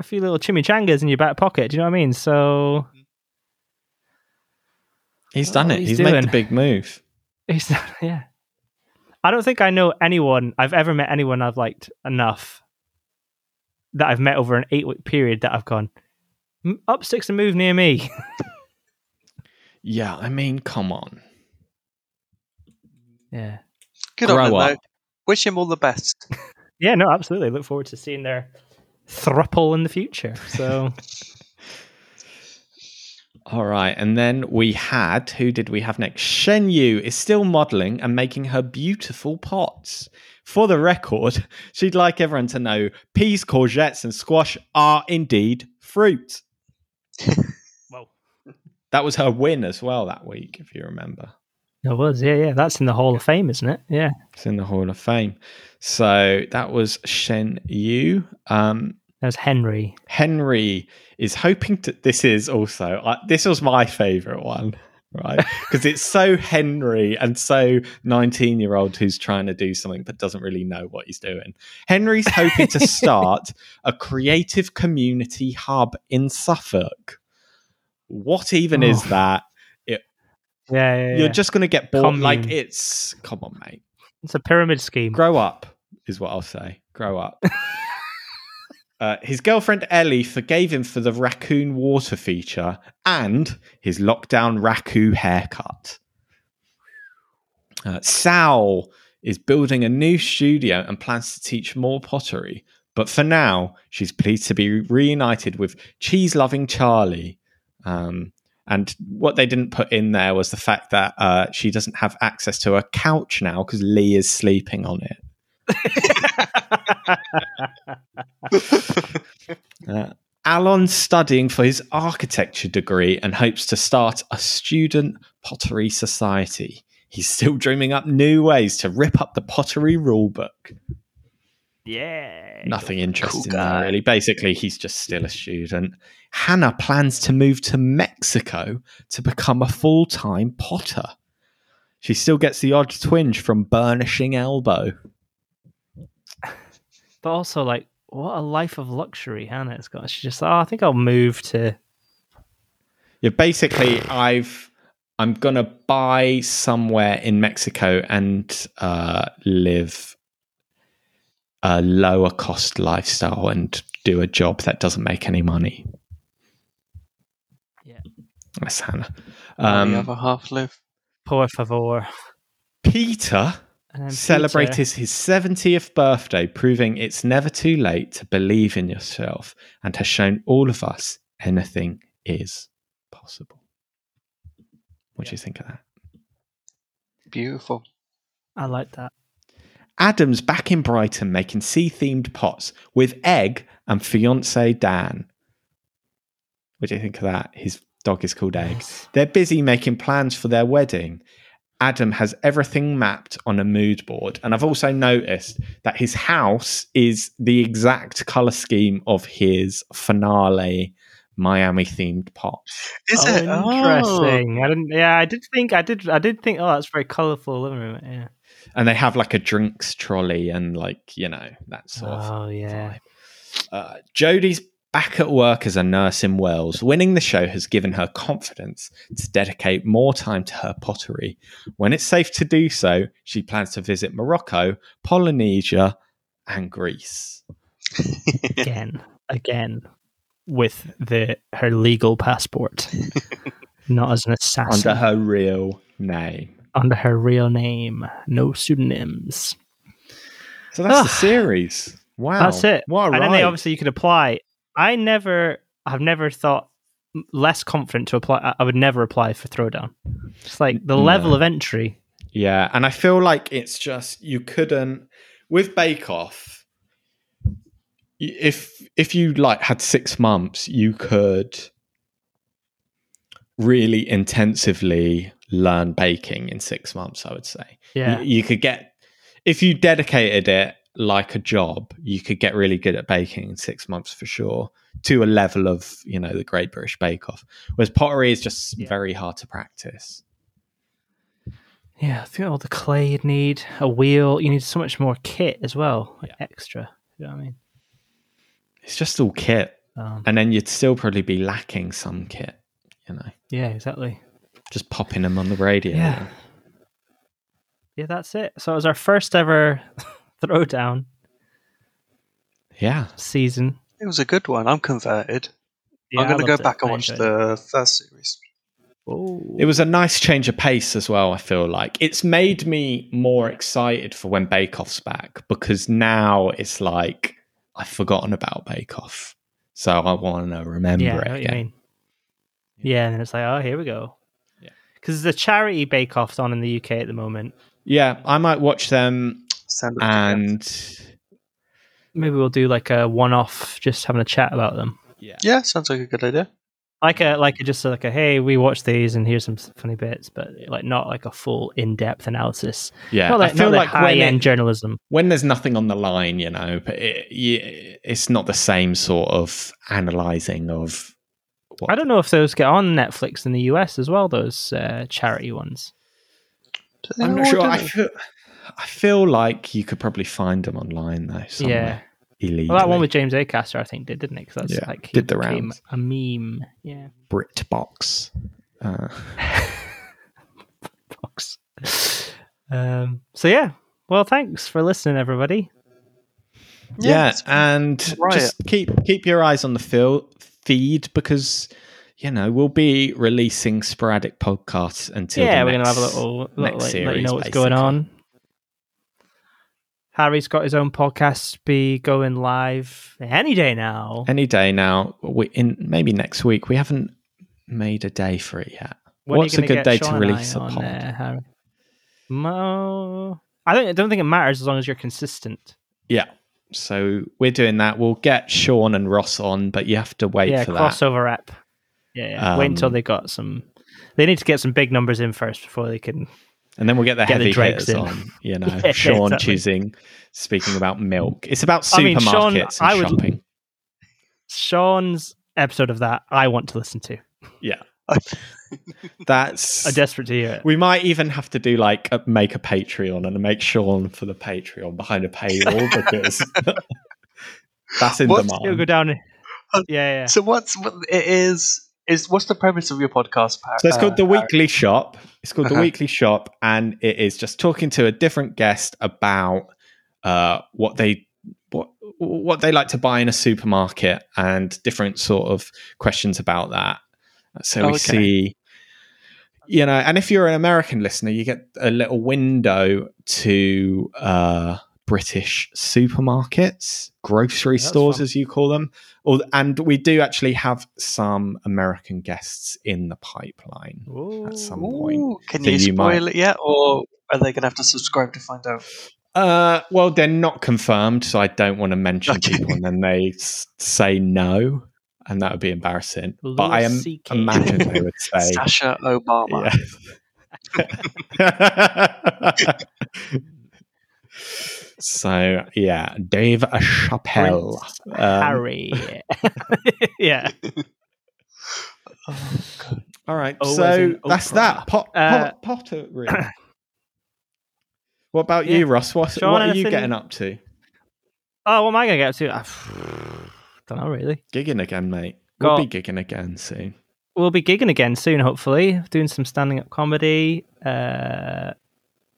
[SPEAKER 1] a few little chimichangas in your back pocket. Do you know what I mean? So
[SPEAKER 4] He's done
[SPEAKER 1] Oh,
[SPEAKER 4] it.
[SPEAKER 1] he's
[SPEAKER 4] He's,
[SPEAKER 1] doing.
[SPEAKER 4] made the big move.
[SPEAKER 1] He's not, yeah. I don't think I know anyone I've ever met anyone I've liked enough that I've met over an eight week period that I've gone "M- up six and move near me.
[SPEAKER 4] Yeah, I mean, come on.
[SPEAKER 1] yeah.
[SPEAKER 3] Good
[SPEAKER 4] Grow
[SPEAKER 3] on them,
[SPEAKER 4] up.
[SPEAKER 3] though. Wish him all the best.
[SPEAKER 1] Yeah, no, absolutely. Look forward to seeing their thruple in the future. So
[SPEAKER 4] All right, and then we had who did we have next? Shen Yu is still modeling and making her beautiful pots. For the record, she'd like everyone to know peas, courgettes, and squash are indeed fruit.
[SPEAKER 1] Whoa.
[SPEAKER 4] That was her win as well that week, if you remember.
[SPEAKER 1] it was, yeah, yeah. That's in the Hall of Fame, isn't it? Yeah.
[SPEAKER 4] It's in the Hall of Fame. So that was Shen Yu. Um,
[SPEAKER 1] That was Henry.
[SPEAKER 4] Henry is hoping to. This is also I this was my favorite one, right? Because it's so Henry and so nineteen-year-old who's trying to do something but doesn't really know what he's doing. Henry's hoping to start a creative community hub in Suffolk. What even is
[SPEAKER 1] Oh.
[SPEAKER 4] that?
[SPEAKER 1] Yeah, yeah, yeah.
[SPEAKER 4] You're just going to get bored.
[SPEAKER 1] Commune.
[SPEAKER 4] Like it's come on, mate.
[SPEAKER 1] it's a pyramid scheme.
[SPEAKER 4] Grow up is what I'll say. Grow up. uh, his girlfriend Ellie forgave him for the raccoon water feature and his lockdown raccoon haircut. Uh, Sal is building a new studio and plans to teach more pottery. But for now, she's pleased to be reunited with cheese loving Charlie. Um, and what they didn't put in there was the fact that uh, she doesn't have access to a couch now because Lee is sleeping on it. Uh, Alon's studying for his architecture degree and hopes to start a student pottery society. He's still dreaming up new ways to rip up the pottery rulebook.
[SPEAKER 1] Yeah.
[SPEAKER 4] Nothing interesting
[SPEAKER 3] guy.
[SPEAKER 4] there, really. Basically, he's just still a student. Hannah plans to move to Mexico to become a full time potter. She still gets the odd twinge from burnishing elbow.
[SPEAKER 1] But also like what a life of luxury Hannah's got. She's just oh, I think I'll move to
[SPEAKER 4] Yeah, basically, I've I'm gonna buy somewhere in Mexico and uh, live a lower cost lifestyle and do a job that doesn't make any money.
[SPEAKER 1] Yeah.
[SPEAKER 4] that's Hannah.
[SPEAKER 3] Um, the
[SPEAKER 4] Um,
[SPEAKER 3] other half live.
[SPEAKER 1] Por favor.
[SPEAKER 4] Peter
[SPEAKER 1] And then Peter-
[SPEAKER 4] celebrated his 70th birthday, proving it's never too late to believe in yourself, and has shown all of us anything is possible. What do you think of that?
[SPEAKER 3] Beautiful.
[SPEAKER 1] I like that.
[SPEAKER 4] Adam's back in Brighton making sea themed pots with Egg and fiance Dan. What do you think of that? His dog is called Egg. They're busy making plans for their wedding. Adam has everything mapped on a mood board. And I've also noticed that his house is the exact color scheme of his finale Miami themed pot.
[SPEAKER 3] Is
[SPEAKER 1] oh,
[SPEAKER 3] it? Oh,
[SPEAKER 1] interesting? I didn't. Yeah, I did think. I did. I did think. Oh, that's very colourful living room. Yeah.
[SPEAKER 4] And they have like a drinks trolley and like, you know, that sort of
[SPEAKER 1] Oh yeah.
[SPEAKER 4] Uh, Jodie's back at work as a nurse in Wales. Winning the show has given her confidence to dedicate more time to her pottery. When it's safe to do so, she plans to visit Morocco, Polynesia, and Greece.
[SPEAKER 3] Oh.
[SPEAKER 1] Again, again, with the her legal passport, not as an assassin
[SPEAKER 4] Under
[SPEAKER 1] under her,
[SPEAKER 4] her real name.
[SPEAKER 1] real name, no pseudonyms.
[SPEAKER 4] So that's the
[SPEAKER 1] Ah.
[SPEAKER 4] series. Wow.
[SPEAKER 1] That's it.
[SPEAKER 4] What a
[SPEAKER 1] and then they
[SPEAKER 4] ride.
[SPEAKER 1] obviously you could apply. I never. I've never thought less confident to apply. I- I would never apply for throwdown. It's like the
[SPEAKER 4] No.
[SPEAKER 1] level of entry.
[SPEAKER 4] Yeah, and I feel like it's just you couldn't with Bake Off. y- If if you like had six months, you could really intensively learn baking in six months. I would say
[SPEAKER 1] Yeah.
[SPEAKER 4] you, you could get if you dedicated it like a job, you could get really good at baking in six months for sure to a level of you know the Great British Bake Off. Whereas pottery is just
[SPEAKER 1] Yeah.
[SPEAKER 4] very hard to practice.
[SPEAKER 1] Yeah, I think all the clay you'd need, a wheel. You need so much more kit as well, like extra. You know what I mean?
[SPEAKER 4] It's just all kit.
[SPEAKER 1] Um,
[SPEAKER 4] and then you'd still probably be lacking some kit, you know,
[SPEAKER 1] yeah, exactly.
[SPEAKER 4] just popping them on the radio.
[SPEAKER 1] Yeah. Yeah, that's it. So it was our first ever throwdown
[SPEAKER 4] Yeah.
[SPEAKER 1] season.
[SPEAKER 3] It was a good one. I'm converted.
[SPEAKER 1] Yeah,
[SPEAKER 3] I'm going
[SPEAKER 1] I
[SPEAKER 3] to go
[SPEAKER 1] loved it.
[SPEAKER 3] back and
[SPEAKER 1] I
[SPEAKER 3] watch
[SPEAKER 1] enjoyed it.
[SPEAKER 3] the first series.
[SPEAKER 1] Oh.
[SPEAKER 4] It was a nice change of pace as well, I feel like. It's made me more excited for when Bake Off's back because now it's like I've forgotten about Bake Off. So I want to remember
[SPEAKER 1] yeah, I
[SPEAKER 4] it.
[SPEAKER 1] know what you
[SPEAKER 4] again.
[SPEAKER 1] mean. Yeah, and then it's like, oh, here we go.
[SPEAKER 4] Yeah.
[SPEAKER 1] Because there's a charity bake offs on in the UK at the moment.
[SPEAKER 4] yeah, I might watch them
[SPEAKER 3] Stand up again.
[SPEAKER 4] and
[SPEAKER 1] Maybe we'll do like a one-off, just having a chat about them,
[SPEAKER 4] yeah.
[SPEAKER 3] Yeah, sounds like a good idea.
[SPEAKER 1] like a like a, just like a hey, we watched these and here's some funny bits, but like not like a full in-depth analysis.
[SPEAKER 4] Yeah,
[SPEAKER 1] not
[SPEAKER 4] I
[SPEAKER 1] like,
[SPEAKER 4] feel like when
[SPEAKER 1] high end
[SPEAKER 4] it-
[SPEAKER 1] journalism.
[SPEAKER 4] when there's nothing on the line, you know, but it, y- it's not the same sort of analyzing of. What
[SPEAKER 1] I don't know if those get on Netflix in the US as well. Those uh, charity ones.
[SPEAKER 3] Do they
[SPEAKER 4] I'm
[SPEAKER 3] know
[SPEAKER 4] not
[SPEAKER 3] what
[SPEAKER 4] sure.
[SPEAKER 3] do
[SPEAKER 4] I
[SPEAKER 3] they-
[SPEAKER 4] feel, I feel like you could probably find them online though. Somewhere yeah, illegally.
[SPEAKER 1] Well, that one with James Acaster, I think, did didn't it? 'Cause that's
[SPEAKER 4] Yeah,
[SPEAKER 1] like he
[SPEAKER 4] did the
[SPEAKER 1] became
[SPEAKER 4] rounds.
[SPEAKER 1] a meme. Yeah.
[SPEAKER 4] BritBox. Uh,
[SPEAKER 1] Box. um. So yeah. Well, thanks for listening, everybody.
[SPEAKER 3] Yeah,
[SPEAKER 4] yeah,
[SPEAKER 3] it's-
[SPEAKER 4] and
[SPEAKER 3] Riot.
[SPEAKER 4] just keep keep your eyes on the fil- feed because you know we'll be releasing sporadic podcasts until
[SPEAKER 1] yeah,
[SPEAKER 4] the
[SPEAKER 1] we're gonna have a
[SPEAKER 4] next-
[SPEAKER 1] little, little
[SPEAKER 4] next
[SPEAKER 1] like, let you
[SPEAKER 4] series,
[SPEAKER 1] know what's going
[SPEAKER 4] basically.
[SPEAKER 1] on. Harry's got his own podcast. Be going live any day now.
[SPEAKER 4] any day now. We in maybe next week. We haven't made a day for it yet.
[SPEAKER 1] When are you
[SPEAKER 4] What's a
[SPEAKER 1] gonna
[SPEAKER 4] good
[SPEAKER 1] get
[SPEAKER 4] day to
[SPEAKER 1] Sean and I
[SPEAKER 4] release a
[SPEAKER 1] on
[SPEAKER 4] pod?
[SPEAKER 1] there, Harry? Mo- I don't, I don't think it matters as long as you're consistent.
[SPEAKER 4] Yeah. So we're doing that. We'll get Sean and Ross on, but you have to wait
[SPEAKER 1] yeah,
[SPEAKER 4] for that.
[SPEAKER 1] crossover app. Yeah, yeah. wait until
[SPEAKER 4] Um,
[SPEAKER 1] they got some. They need to get some big numbers in first before they can.
[SPEAKER 4] And then we'll get the
[SPEAKER 1] Get the
[SPEAKER 4] heavy
[SPEAKER 1] dregs
[SPEAKER 4] hitters
[SPEAKER 1] in.
[SPEAKER 4] on. You know,
[SPEAKER 1] Yeah,
[SPEAKER 4] Sean
[SPEAKER 1] exactly.
[SPEAKER 4] choosing, speaking about milk. It's about
[SPEAKER 1] I mean,
[SPEAKER 4] supermarkets
[SPEAKER 1] Sean,
[SPEAKER 4] and
[SPEAKER 1] I would-
[SPEAKER 4] shopping.
[SPEAKER 1] Sean's episode of that I want to listen to.
[SPEAKER 4] Yeah. That's.
[SPEAKER 1] I'm desperate to hear it.
[SPEAKER 4] we might even have to do like a, make a Patreon and make Sean for the Patreon behind a paywall because that's in
[SPEAKER 3] What's-
[SPEAKER 1] Um,
[SPEAKER 4] demand.
[SPEAKER 1] uh, It'll go down. Yeah, yeah.
[SPEAKER 3] So what's what it is? is what's the premise of your podcast? Par-
[SPEAKER 4] So it's called
[SPEAKER 3] uh,
[SPEAKER 4] The
[SPEAKER 3] Par-
[SPEAKER 4] Weekly Shop. It's called The
[SPEAKER 3] Uh-huh.
[SPEAKER 4] Weekly Shop, and it is just talking to a different guest about uh, what they what what they like to buy in a supermarket and different sort of questions about that. So we
[SPEAKER 3] Okay.
[SPEAKER 4] see, you know, and if you're an American listener, you get a little window to uh, British supermarkets, grocery
[SPEAKER 1] that's
[SPEAKER 4] stores,
[SPEAKER 1] fun.
[SPEAKER 4] as you call them. Al- And we do actually have some American guests in the pipeline. at some point.
[SPEAKER 3] Ooh, can
[SPEAKER 4] So
[SPEAKER 3] you
[SPEAKER 4] you
[SPEAKER 3] spoil it yet, or are they going to have to subscribe to find out?
[SPEAKER 4] Uh, well, they're not confirmed, so I don't want to mention
[SPEAKER 3] Okay.
[SPEAKER 4] people, and then they s- say no, and that would be embarrassing. but I am,
[SPEAKER 1] Louis CK.
[SPEAKER 4] imagine they would say.
[SPEAKER 3] Sasha Obama.
[SPEAKER 4] yeah. so yeah, Dave Chappelle. Um,
[SPEAKER 1] Harry. Um, yeah.
[SPEAKER 3] Oh, God.
[SPEAKER 4] all right,
[SPEAKER 1] O as
[SPEAKER 4] so
[SPEAKER 1] in
[SPEAKER 4] that's
[SPEAKER 1] Oprah.
[SPEAKER 4] that. Pot,
[SPEAKER 1] Uh,
[SPEAKER 4] pot, pottery. what about
[SPEAKER 1] Yeah.
[SPEAKER 4] you, Ross? What,
[SPEAKER 1] Sean,
[SPEAKER 4] what are you
[SPEAKER 1] anything-
[SPEAKER 4] getting up to?
[SPEAKER 1] Oh, what am I going to get up to? I don't know, really.
[SPEAKER 4] Gigging again, mate. We'll
[SPEAKER 1] Got-
[SPEAKER 4] be gigging again soon.
[SPEAKER 1] We'll be gigging again soon, hopefully. Doing some standing up comedy. Uh,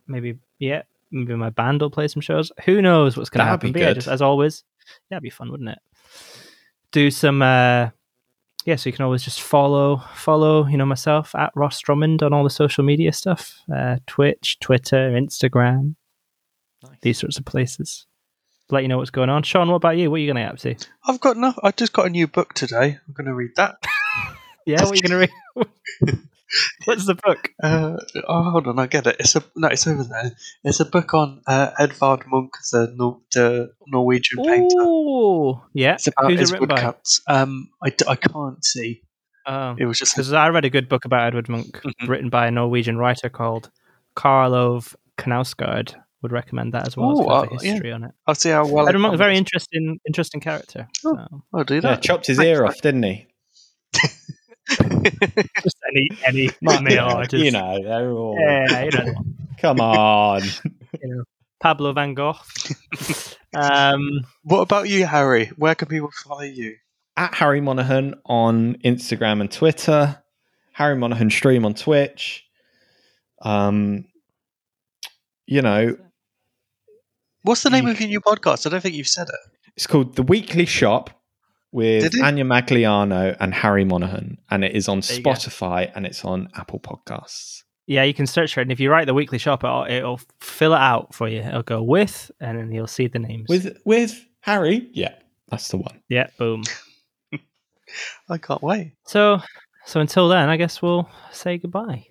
[SPEAKER 1] maybe, yeah, maybe my band will play some shows. Who knows what's going to
[SPEAKER 4] That'd be
[SPEAKER 1] happen? But yeah,
[SPEAKER 4] good.
[SPEAKER 1] just as always, yeah, it'd be fun, wouldn't it? Do some, uh, yeah. So you can always just follow, follow, you know, myself at Ross Drummond on all the social media stuff, uh, Twitch, Twitter, Instagram, these sorts of places. Let you know what's going on. Sean, what about you? What are you going to get up to?
[SPEAKER 3] I've got no. I just got a new book today. I'm going to read that.
[SPEAKER 1] Yeah, what are you going to read? what's the book?
[SPEAKER 3] Uh, oh, hold on, I get it. It's a no. It's over there. It's a book on uh, Edvard Munch, the, Nor- the Norwegian painter.
[SPEAKER 1] Ooh, yeah.
[SPEAKER 3] It's about
[SPEAKER 1] Who's
[SPEAKER 3] his
[SPEAKER 1] it written by?
[SPEAKER 3] woodcuts. Um, I, d- I can't see.
[SPEAKER 1] Um,
[SPEAKER 3] It was just
[SPEAKER 1] Because I read a good book about Edward Munch
[SPEAKER 3] Mhm.
[SPEAKER 1] written by a Norwegian writer called Karl Ove Knausgård. Would recommend that as well. It's
[SPEAKER 3] Ooh,
[SPEAKER 1] got the
[SPEAKER 3] uh, yeah.
[SPEAKER 1] history on it.
[SPEAKER 3] I'll see how well. I
[SPEAKER 1] Edward Munch,
[SPEAKER 3] can-
[SPEAKER 1] very interesting, interesting character.
[SPEAKER 3] Oh.
[SPEAKER 1] So,
[SPEAKER 3] I'll do
[SPEAKER 4] Yeah,
[SPEAKER 3] that.
[SPEAKER 4] chopped his
[SPEAKER 3] Thanks,
[SPEAKER 4] ear
[SPEAKER 3] mate.
[SPEAKER 4] off, didn't he?
[SPEAKER 1] just any any
[SPEAKER 4] Might-
[SPEAKER 1] male
[SPEAKER 4] yeah,
[SPEAKER 1] artist.
[SPEAKER 4] you know, they're all.
[SPEAKER 1] Yeah, you know,
[SPEAKER 4] Come on.
[SPEAKER 1] Pablo Van Gogh. um,
[SPEAKER 3] What about you, Harry? Where can people follow you?
[SPEAKER 4] At Harry Monaghan on Instagram and Twitter. Harry Monaghan stream on Twitch. Um, you know,
[SPEAKER 3] What's the name
[SPEAKER 4] You-
[SPEAKER 3] of your new podcast? I don't think you've said it.
[SPEAKER 4] it's called The Weekly Shop with
[SPEAKER 3] Did it?
[SPEAKER 4] Anya Magliano and Harry Monaghan, and it is on
[SPEAKER 1] There you go.
[SPEAKER 4] Spotify and it's on Apple Podcasts.
[SPEAKER 1] yeah, you can search for it, and if you write the weekly shop, it'll, it'll fill it out for you. It'll go with, and then you'll see the names.
[SPEAKER 4] With with Harry, yeah, that's the one.
[SPEAKER 1] yeah, boom.
[SPEAKER 3] I can't wait.
[SPEAKER 1] So, so until then, I guess we'll say goodbye.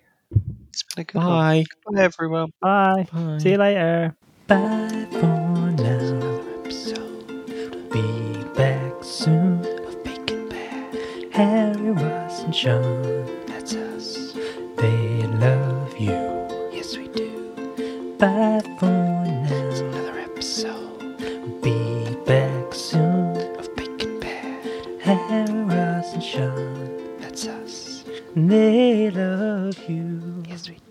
[SPEAKER 3] It's been a good one.
[SPEAKER 4] Bye.
[SPEAKER 3] Bye, everyone.
[SPEAKER 1] Bye.
[SPEAKER 4] Bye.
[SPEAKER 1] See you later. Bye for now. Episode. Be back soon. Of Bacon Bear, Harry, Ross, and Sean. That's us. They love you. Yes, we do. Bye for now. It's another episode. Be back soon. Of Bacon Bear, Harry, Ross, and Sean. That's us. They love you. Yes, we do.